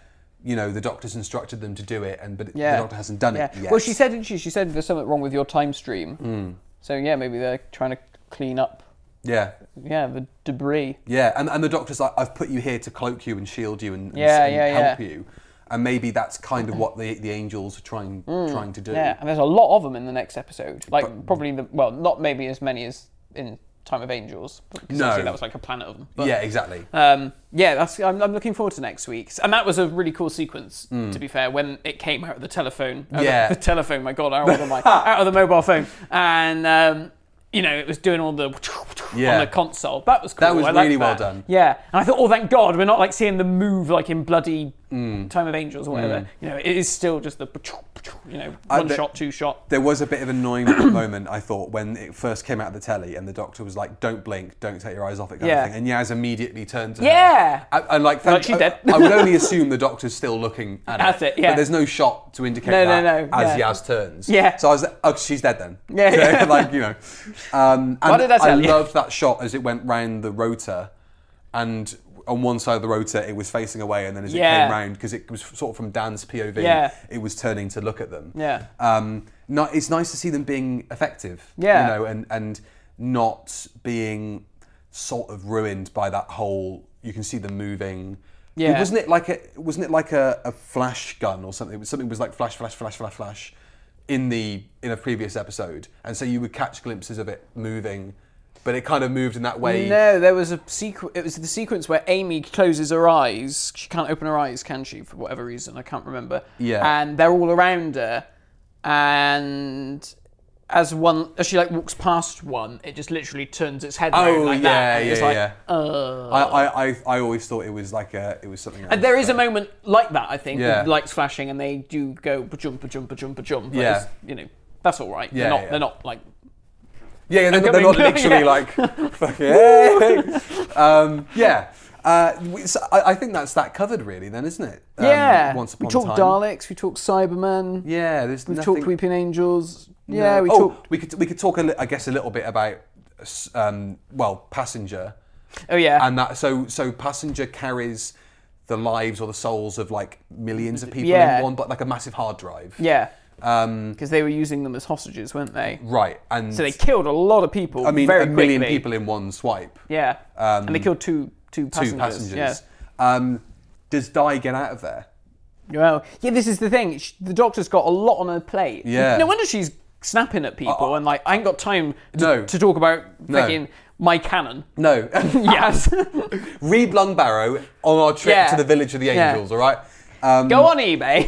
C: you know the doctor's instructed them to do it, and but
B: Yeah.
C: the doctor hasn't done
B: yeah.
C: it yet. Hmm.
B: Well, she said, didn't she? She said there's something wrong with your time stream. So yeah, maybe they're trying to clean up.
C: yeah,
B: Yeah, the debris.
C: yeah, and, and the doctor's like, I've put you here to cloak you and shield you and, and-
B: Yeah,
C: and
B: yeah,
C: help
B: yeah.
C: you, and maybe that's kind of what the the angels are trying trying to do.
B: Mm, Yeah, and there's a lot of them in the next episode. Like probably the well, not maybe as many as in Time of Angels. Because
C: No.
B: obviously that was like a planet of them. But,
C: Yeah, exactly.
B: Um, yeah, that's, I'm, I'm looking forward to next week's. And that was a really cool sequence, to be fair, when it came out of the telephone. out of
C: Mm. Yeah.
B: The, the telephone, my God, out of, the, mi- out of the mobile phone. And, um, you know, it was doing all the on
C: Yeah.
B: the console. That was cool.
C: That was
B: I liked
C: really well
B: that.
C: done.
B: Yeah. And I thought, oh, thank God, we're not like seeing them move like in bloody
C: Mm.
B: Time of Angels or whatever. You know, it is still just the, you know,
C: I
B: one
C: bet-
B: shot, two shot.
C: There was a bit of an annoying moment, I thought, when it first came out of the telly and the doctor was like, don't blink, don't take your eyes off it, kind
B: Yeah.
C: of thing. And Yaz immediately turned to
B: Yeah.
C: her. And- And like,
B: Like,
C: thank,
B: she's dead.
C: I, I would only assume the doctor's still looking at,
B: At it, yeah.
C: But there's no shot to indicate
B: No, no,
C: that
B: no,
C: as
B: yeah.
C: Yaz turns.
B: Yeah.
C: So I was like, oh, she's dead then.
B: Yeah, yeah.
C: like, you know. Um, and
B: did I tell you?
C: loved that shot as it went round the rotor and on one side of the rotor it was facing away and then as it
B: Yeah.
C: came round, because it was sort of from Dan's POV,
B: Yeah.
C: it was turning to look at them
B: Yeah.
C: um, no, it's nice to see them being effective.
B: Yeah.
C: You know, and, and not being sort of ruined by that whole. You can see them moving.
B: Yeah.
C: Wasn't it like a wasn't it like a, a flash gun or something? It was- Something was like flash, flash, flash, flash, flash, in the in a previous episode, and so you would catch glimpses of it moving, but it kind of moved in that way.
B: No, there was a sequ- It was the sequence where Amy closes her eyes. She can't open her eyes, can she? For whatever reason, I can't remember.
C: Yeah.
B: And they're all around her, and as one, as she like walks past one, it just literally turns its head.
C: Oh
B: round like
C: yeah,
B: that, and
C: yeah,
B: it's like, uh.
C: yeah. I, I, I, I always thought it was like a, it was something. Else,
B: And there is a
C: but-
B: moment like that, I think,
C: Yeah.
B: with lights flashing, and they do go jump, jump, jump, jump.
C: Yeah.
B: You know, that's all right.
C: Yeah,
B: they're not.
C: yeah.
B: They're not like
C: Yeah, yeah, they're,
B: I'm
C: they're not
B: coming.
C: literally
B: Yeah.
C: like fucking. hey. um, yeah, uh, we- so I, I think that's that covered, really. Then, isn't it? Um,
B: yeah.
C: Once upon
B: we talked
C: time.
B: Daleks. We talked Cybermen.
C: Yeah, there's
B: We
C: nothing.
B: talked Weeping Angels. Yeah.
C: no-
B: We
C: oh,
B: talked.
C: we could we could talk. A li- I guess a little bit about s- um, well, passenger,
B: Oh yeah.
C: and that. So so passenger carries the lives or the souls of like millions of people
B: Yeah.
C: in one, but like a massive hard drive.
B: Yeah. Because they were using them as hostages, weren't they?
C: Um, Right, and
B: So they killed a lot of people.
C: I mean,
B: very
C: a million
B: quickly.
C: people in one swipe.
B: Yeah. and they killed two two passengers.
C: Two passengers.
B: Yeah.
C: Um, does Di get out of there?
B: Well, yeah. This is the thing. Sh the doctor's got a lot on her plate.
C: Yeah. Uh,
B: No wonder she's snapping at people and like, I ain't got time to,
C: No.
B: to talk about
C: No.
B: fucking my cannon.
C: No.
B: yes.
C: Read Barrow on our trip
B: Yeah.
C: to the village of the
B: Yeah.
C: angels, all right? Um,
B: Go on eBay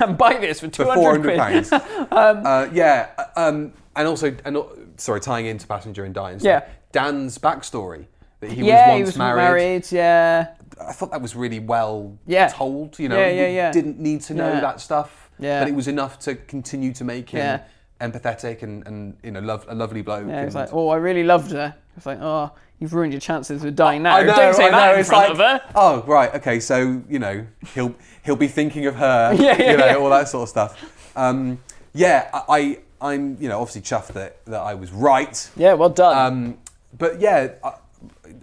B: and buy this for two
C: for
B: hundred
C: 400
B: quid.
C: pounds. uh, yeah. uh, Um, and also, and, al- sorry, tying into Passenger and Dying.
B: Yeah.
C: Dan's backstory that he
B: yeah,
C: was once
B: he was
C: married.
B: Yeah.
C: I thought that was really well
B: Yeah.
C: told. You know,
B: Yeah, yeah,
C: you
B: yeah.
C: didn't need to know
B: Yeah.
C: that stuff,
B: Yeah.
C: but it was enough to continue to make him
B: Yeah.
C: empathetic and, and you know, love, a lovely bloke.
B: Yeah, it's
C: and-
B: like, oh, I really loved her. It's like, oh, you've ruined your chances of dying now.
C: Oh, I know,
B: Don't say
C: I
B: that
C: know,
B: in
C: it's
B: front
C: like,
B: of her.
C: Oh right, okay. So you know he'll he'll be thinking of her,
B: Yeah, yeah,
C: you know,
B: yeah.
C: all that sort of stuff. Um, yeah, I, I I'm you know obviously chuffed that that I was right.
B: Yeah, well done.
C: Um, but yeah, I,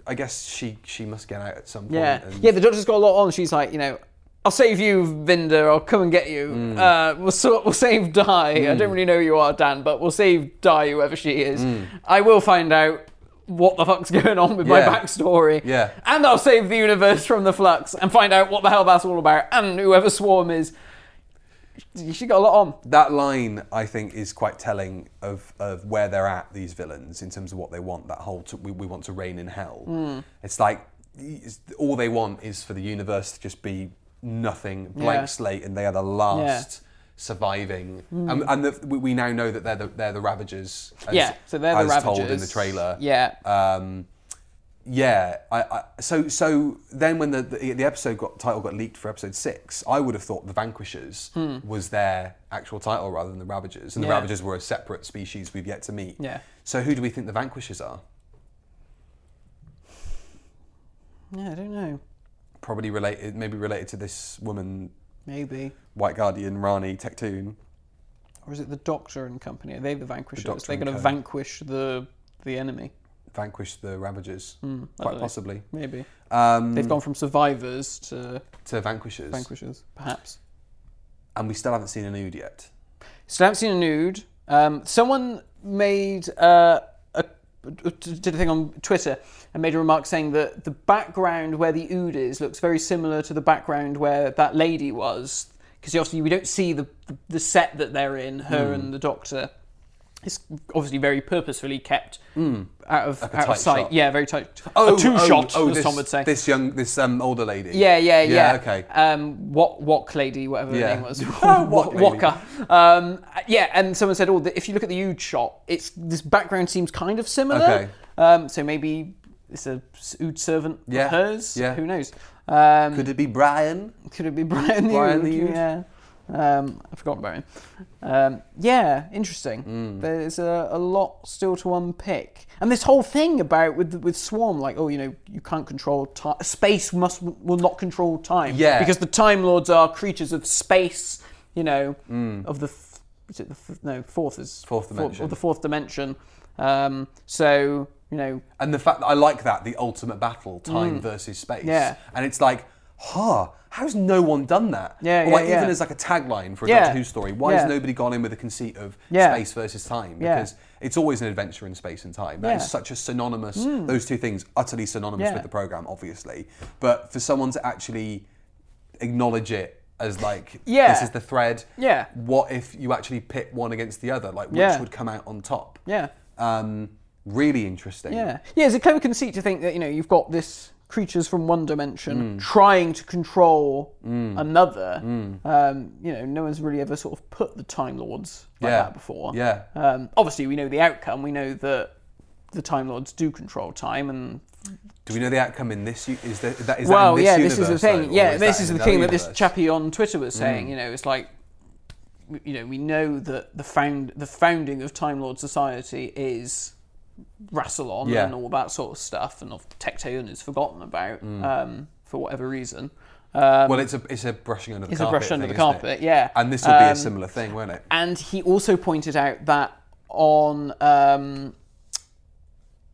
C: I guess she she must get out at some point.
B: yeah,
C: and-
B: yeah. The doctor's got a lot on. She's like, you know, I'll save you, Vinder. I'll come and get you.
C: Mm.
B: Uh, we'll sort, we'll save Di. I don't really know who you are, Dan, but we'll save Di, whoever she is.
C: Mm.
B: I will find out what the fuck's going on with my
C: Yeah.
B: backstory.
C: Yeah.
B: and I'll save the universe from the flux and find out what the hell that's all about and whoever Swarm is. She got a lot on.
C: that line I think is quite telling of, of where they're at these villains in terms of what they want. That whole to, we, we want to reign in hell.
B: Hmm.
C: It's like it's, all they want is for the universe to just be nothing, blank
B: Yeah.
C: slate, and they are the last surviving.
B: Hmm.
C: And, and the, we- we now know that they're the, they're the Ravagers. As,
B: yeah, so they're the
C: as
B: Ravagers.
C: told in the trailer.
B: Yeah,
C: Um, yeah, I, I, so so then when the, the the episode got title got leaked for episode six, I would have thought the Vanquishers was their actual title rather than the Ravagers, and the
B: Hmm. Yeah.
C: Ravagers were a separate species we've yet to meet.
B: Yeah.
C: So who do we think the Vanquishers are?
B: yeah. I don't know.
C: Probably related, maybe related to this woman,
B: Maybe.
C: White Guardian, Rani Tektoon.
B: Or is it the Doctor and Company? Are they the vanquishers?
C: Doctor
B: They're
C: and
B: going to
C: Co.
B: vanquish the the enemy.
C: vanquish the Ravagers, quite
B: know.
C: possibly,
B: Maybe.
C: um,
B: They've gone from survivors to
C: to vanquishers.
B: vanquishers, perhaps.
C: And we still haven't seen a nude yet.
B: So I haven't seen a nude. Um, someone made uh, a did a thing on Twitter and made a remark saying that the background where the ood is looks very similar to the background where that lady was because obviously we don't see the the set that they're in, her
C: Hmm.
B: and the doctor. It's obviously very purposefully kept out of out
C: Hmm. tight
B: of sight.
C: shot. Oh,
B: Yeah, very tight. a two shot, as
C: this,
B: Tom would say.
C: This young, this um, older lady.
B: Yeah, yeah, yeah.
C: Yeah, okay.
B: Um, what Wok lady, whatever
C: Yeah.
B: her name was,
C: Wok lady.
B: Walker. Um, yeah, and someone said, "Oh, the, if you look at the huge shot, it's this background seems kind of similar.
C: Okay.
B: Um, so maybe it's a s- ood servant
C: Yeah,
B: of hers.
C: yeah.
B: Who knows? Um,
C: Could it be Brian?
B: could it be Brian the
C: Brian
B: Ood?
C: the Ood?
B: Yeah. Um, I forgot about him. Mm. Um, yeah, interesting. There's a, a lot still to unpick, and this whole thing about with with Swarm, like oh, you know, you can't control time. Space must will not control time.
C: Yeah.
B: because the Time Lords are creatures of space. You know, of the f- is it the f- no Mm. fourth is
C: Fourth
B: four-
C: dimension.
B: of the fourth dimension. Um, so you know,
C: And the fact that I like that, the ultimate battle, time versus space.
B: Mm. Yeah.
C: And it's like, huh, how's no one done that?
B: Yeah,
C: or
B: yeah,
C: like
B: yeah.
C: even as like a tagline for a
B: Yeah.
C: Doctor Who story, why
B: Yeah.
C: has nobody gone in with a conceit of
B: Yeah.
C: space versus time?
B: Yeah.
C: Because it's always an adventure in space and time. That is
B: Yeah. Mm.
C: such a synonymous those two things utterly synonymous
B: Yeah.
C: with the programme, obviously. But for someone to actually acknowledge it as like
B: Yeah.
C: this is the thread.
B: Yeah.
C: What if you actually pit one against the other? Like which
B: Yeah.
C: would come out on top?
B: yeah.
C: Um, really interesting.
B: Yeah, yeah. It's a clever conceit to think that you know you've got this creatures from one
C: Mm.
B: dimension trying to control another. Um, you know, no one's really ever sort of put the Time Lords like
C: Yeah.
B: that before.
C: Yeah.
B: Um, obviously, we know the outcome. We know that the Time Lords do control time, and
C: Do we know the outcome in this? u- Is that, that is
B: well,
C: that in
B: yeah,
C: this,
B: this is the
C: universe,
B: thing.
C: though, or
B: yeah, this
C: that
B: is
C: in
B: the thing
C: another
B: that this
C: universe? Mm.
B: chappie on Twitter was saying. You know, it's like, you know, we know that the found the founding of Time Lord Society is Rassilon
C: Yeah.
B: and all that sort of stuff, and of Tectone is forgotten about
C: Mm.
B: um, for whatever reason. Um,
C: Well, it's a it's a brushing under the
B: It's a
C: carpet.
B: brush under
C: thing,
B: the
C: isn't it?
B: carpet, yeah.
C: And this will be a
B: Um,
C: similar thing, won't it?
B: and he also pointed out that on um,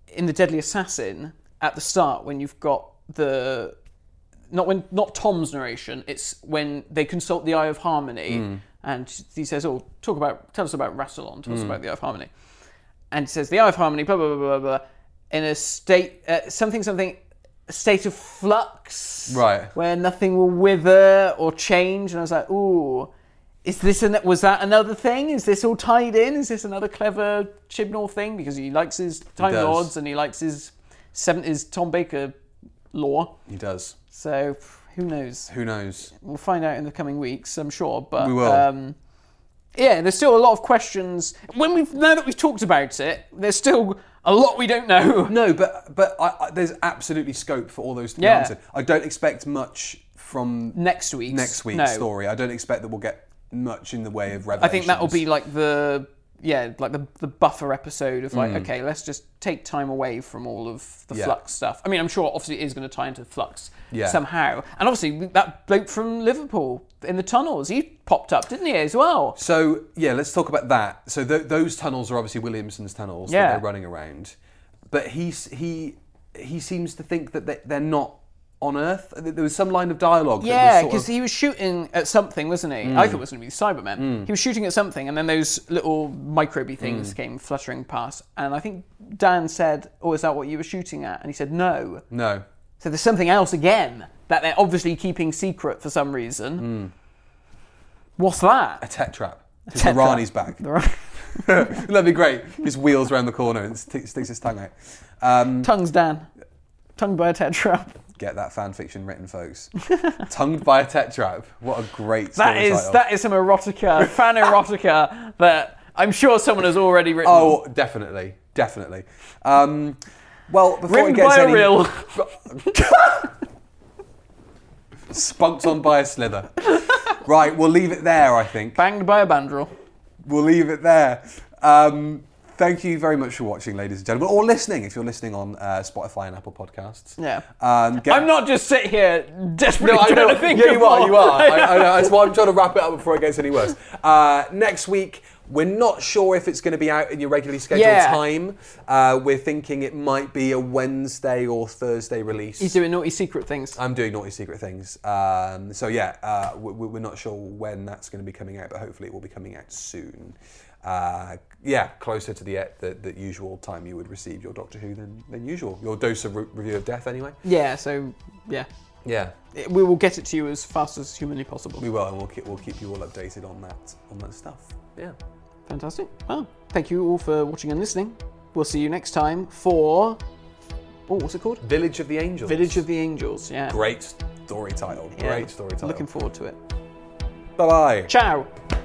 B: in the Deadly Assassin at the start when you've got the not when not Tom's narration, it's when they consult the Eye of Harmony, and he says, "Oh, talk about tell us about Rassilon, tell us about the Eye of Harmony," and he says, "The Eye of Harmony, blah blah blah blah blah, in a state uh, something something." a State of flux,
C: Right.
B: Where nothing will wither or change, and I was like, "Ooh, is this an, was that another thing? Is this all tied in? Is this another clever Chibnall thing? Because he likes his Time
C: does.
B: Lords and he likes his seventies Tom Baker lore.
C: He does.
B: So who knows?
C: Who knows?
B: We'll find out in the coming weeks, I'm sure. But
C: We will.
B: Um, yeah, there's still a lot of questions. When we've now that we've talked about it, there's still a lot we don't know.
C: No, but but I, I, there's absolutely scope for all those to be
B: Yeah.
C: answered. I don't expect much from
B: Next week's
C: next week's
B: no.
C: story. I don't expect that we'll get much in the way of
B: I
C: revelation.
B: think that will be like the yeah, like the the buffer episode of like, okay, let's just take time away from all of the
C: Mm. Yeah.
B: flux stuff. I mean, I'm sure obviously it is going to tie into flux
C: Yeah.
B: somehow, and obviously that bloke from Liverpool in the tunnels, he popped up, didn't he, as well?
C: So yeah, let's talk about that. So th- those tunnels are obviously Williamson's tunnels
B: Yeah.
C: that they're running around, but he s- he he seems to think that they- they're not on Earth. Th- There was some line of dialogue.
B: Yeah,
C: that was
B: because
C: sort of, Mm.
B: he was shooting at something, wasn't he? I thought it was going to be the Cybermen. He was shooting at something, and then those little
C: Mm.
B: microby things came fluttering past. And I think Dan said, "Oh, is that what you were shooting at?" And he said, "No."
C: no.
B: So there's something else again that they're obviously keeping secret for some
C: Hmm.
B: reason. What's
C: A
B: that?
C: tech trap. Just
B: tech
C: the Rani's back.
B: Their
C: That'd be great. Just wheels around the corner and sti- sticks his tongue out. Um,
B: Tongues Dan. Tongue by a tetra.
C: get that fan fiction written, folks. Tongued by a tech trap. What a great
B: That
C: story
B: is
C: title.
B: that is some erotica, fan erotica that I'm sure someone has already written.
C: Oh, definitely, definitely. Um, well, before
B: written
C: it gets
B: by
C: any
B: a real.
C: spunked on by a slither. Right, we'll leave it there. I think
B: Banged by a bandrel.
C: we'll leave it there. Um, thank you very much for watching, ladies and gentlemen, or listening if you're listening on uh, Spotify and Apple Podcasts.
B: Yeah.
C: Um, get-
B: I'm not just sit here desperately
C: No, I
B: trying
C: know.
B: to think
C: Yeah,
B: of
C: you are.
B: more.
C: You are. I, I know. That's why I'm trying to wrap it up before it gets any worse. Uh, next week, We're not sure if it's going to be out in your regularly scheduled
B: Yeah.
C: time. Uh, we're thinking it might be a Wednesday or Thursday release.
B: He's doing naughty secret things.
C: I'm doing Naughty Secret Things. Um, so yeah, uh, we, we- we're not sure when that's going to be coming out, but hopefully it will be coming out soon. Uh, yeah, closer to the, e- the the usual time you would receive your Doctor Who than, than usual. Your dose of re- review of death, anyway.
B: yeah, so yeah,
C: Yeah,
B: It- we will get it to you as fast as humanly possible.
C: we will, and we'll keep we'll keep you all updated on that on that stuff. Yeah.
B: Fantastic. Well, thank you all for watching and listening. We'll see you next time for oh, what's it called?
C: Village of the Angels.
B: Village of the Angels. Yeah.
C: Great story title.
B: Yeah.
C: Great story title.
B: Looking forward to it.
C: Bye bye.
B: Ciao.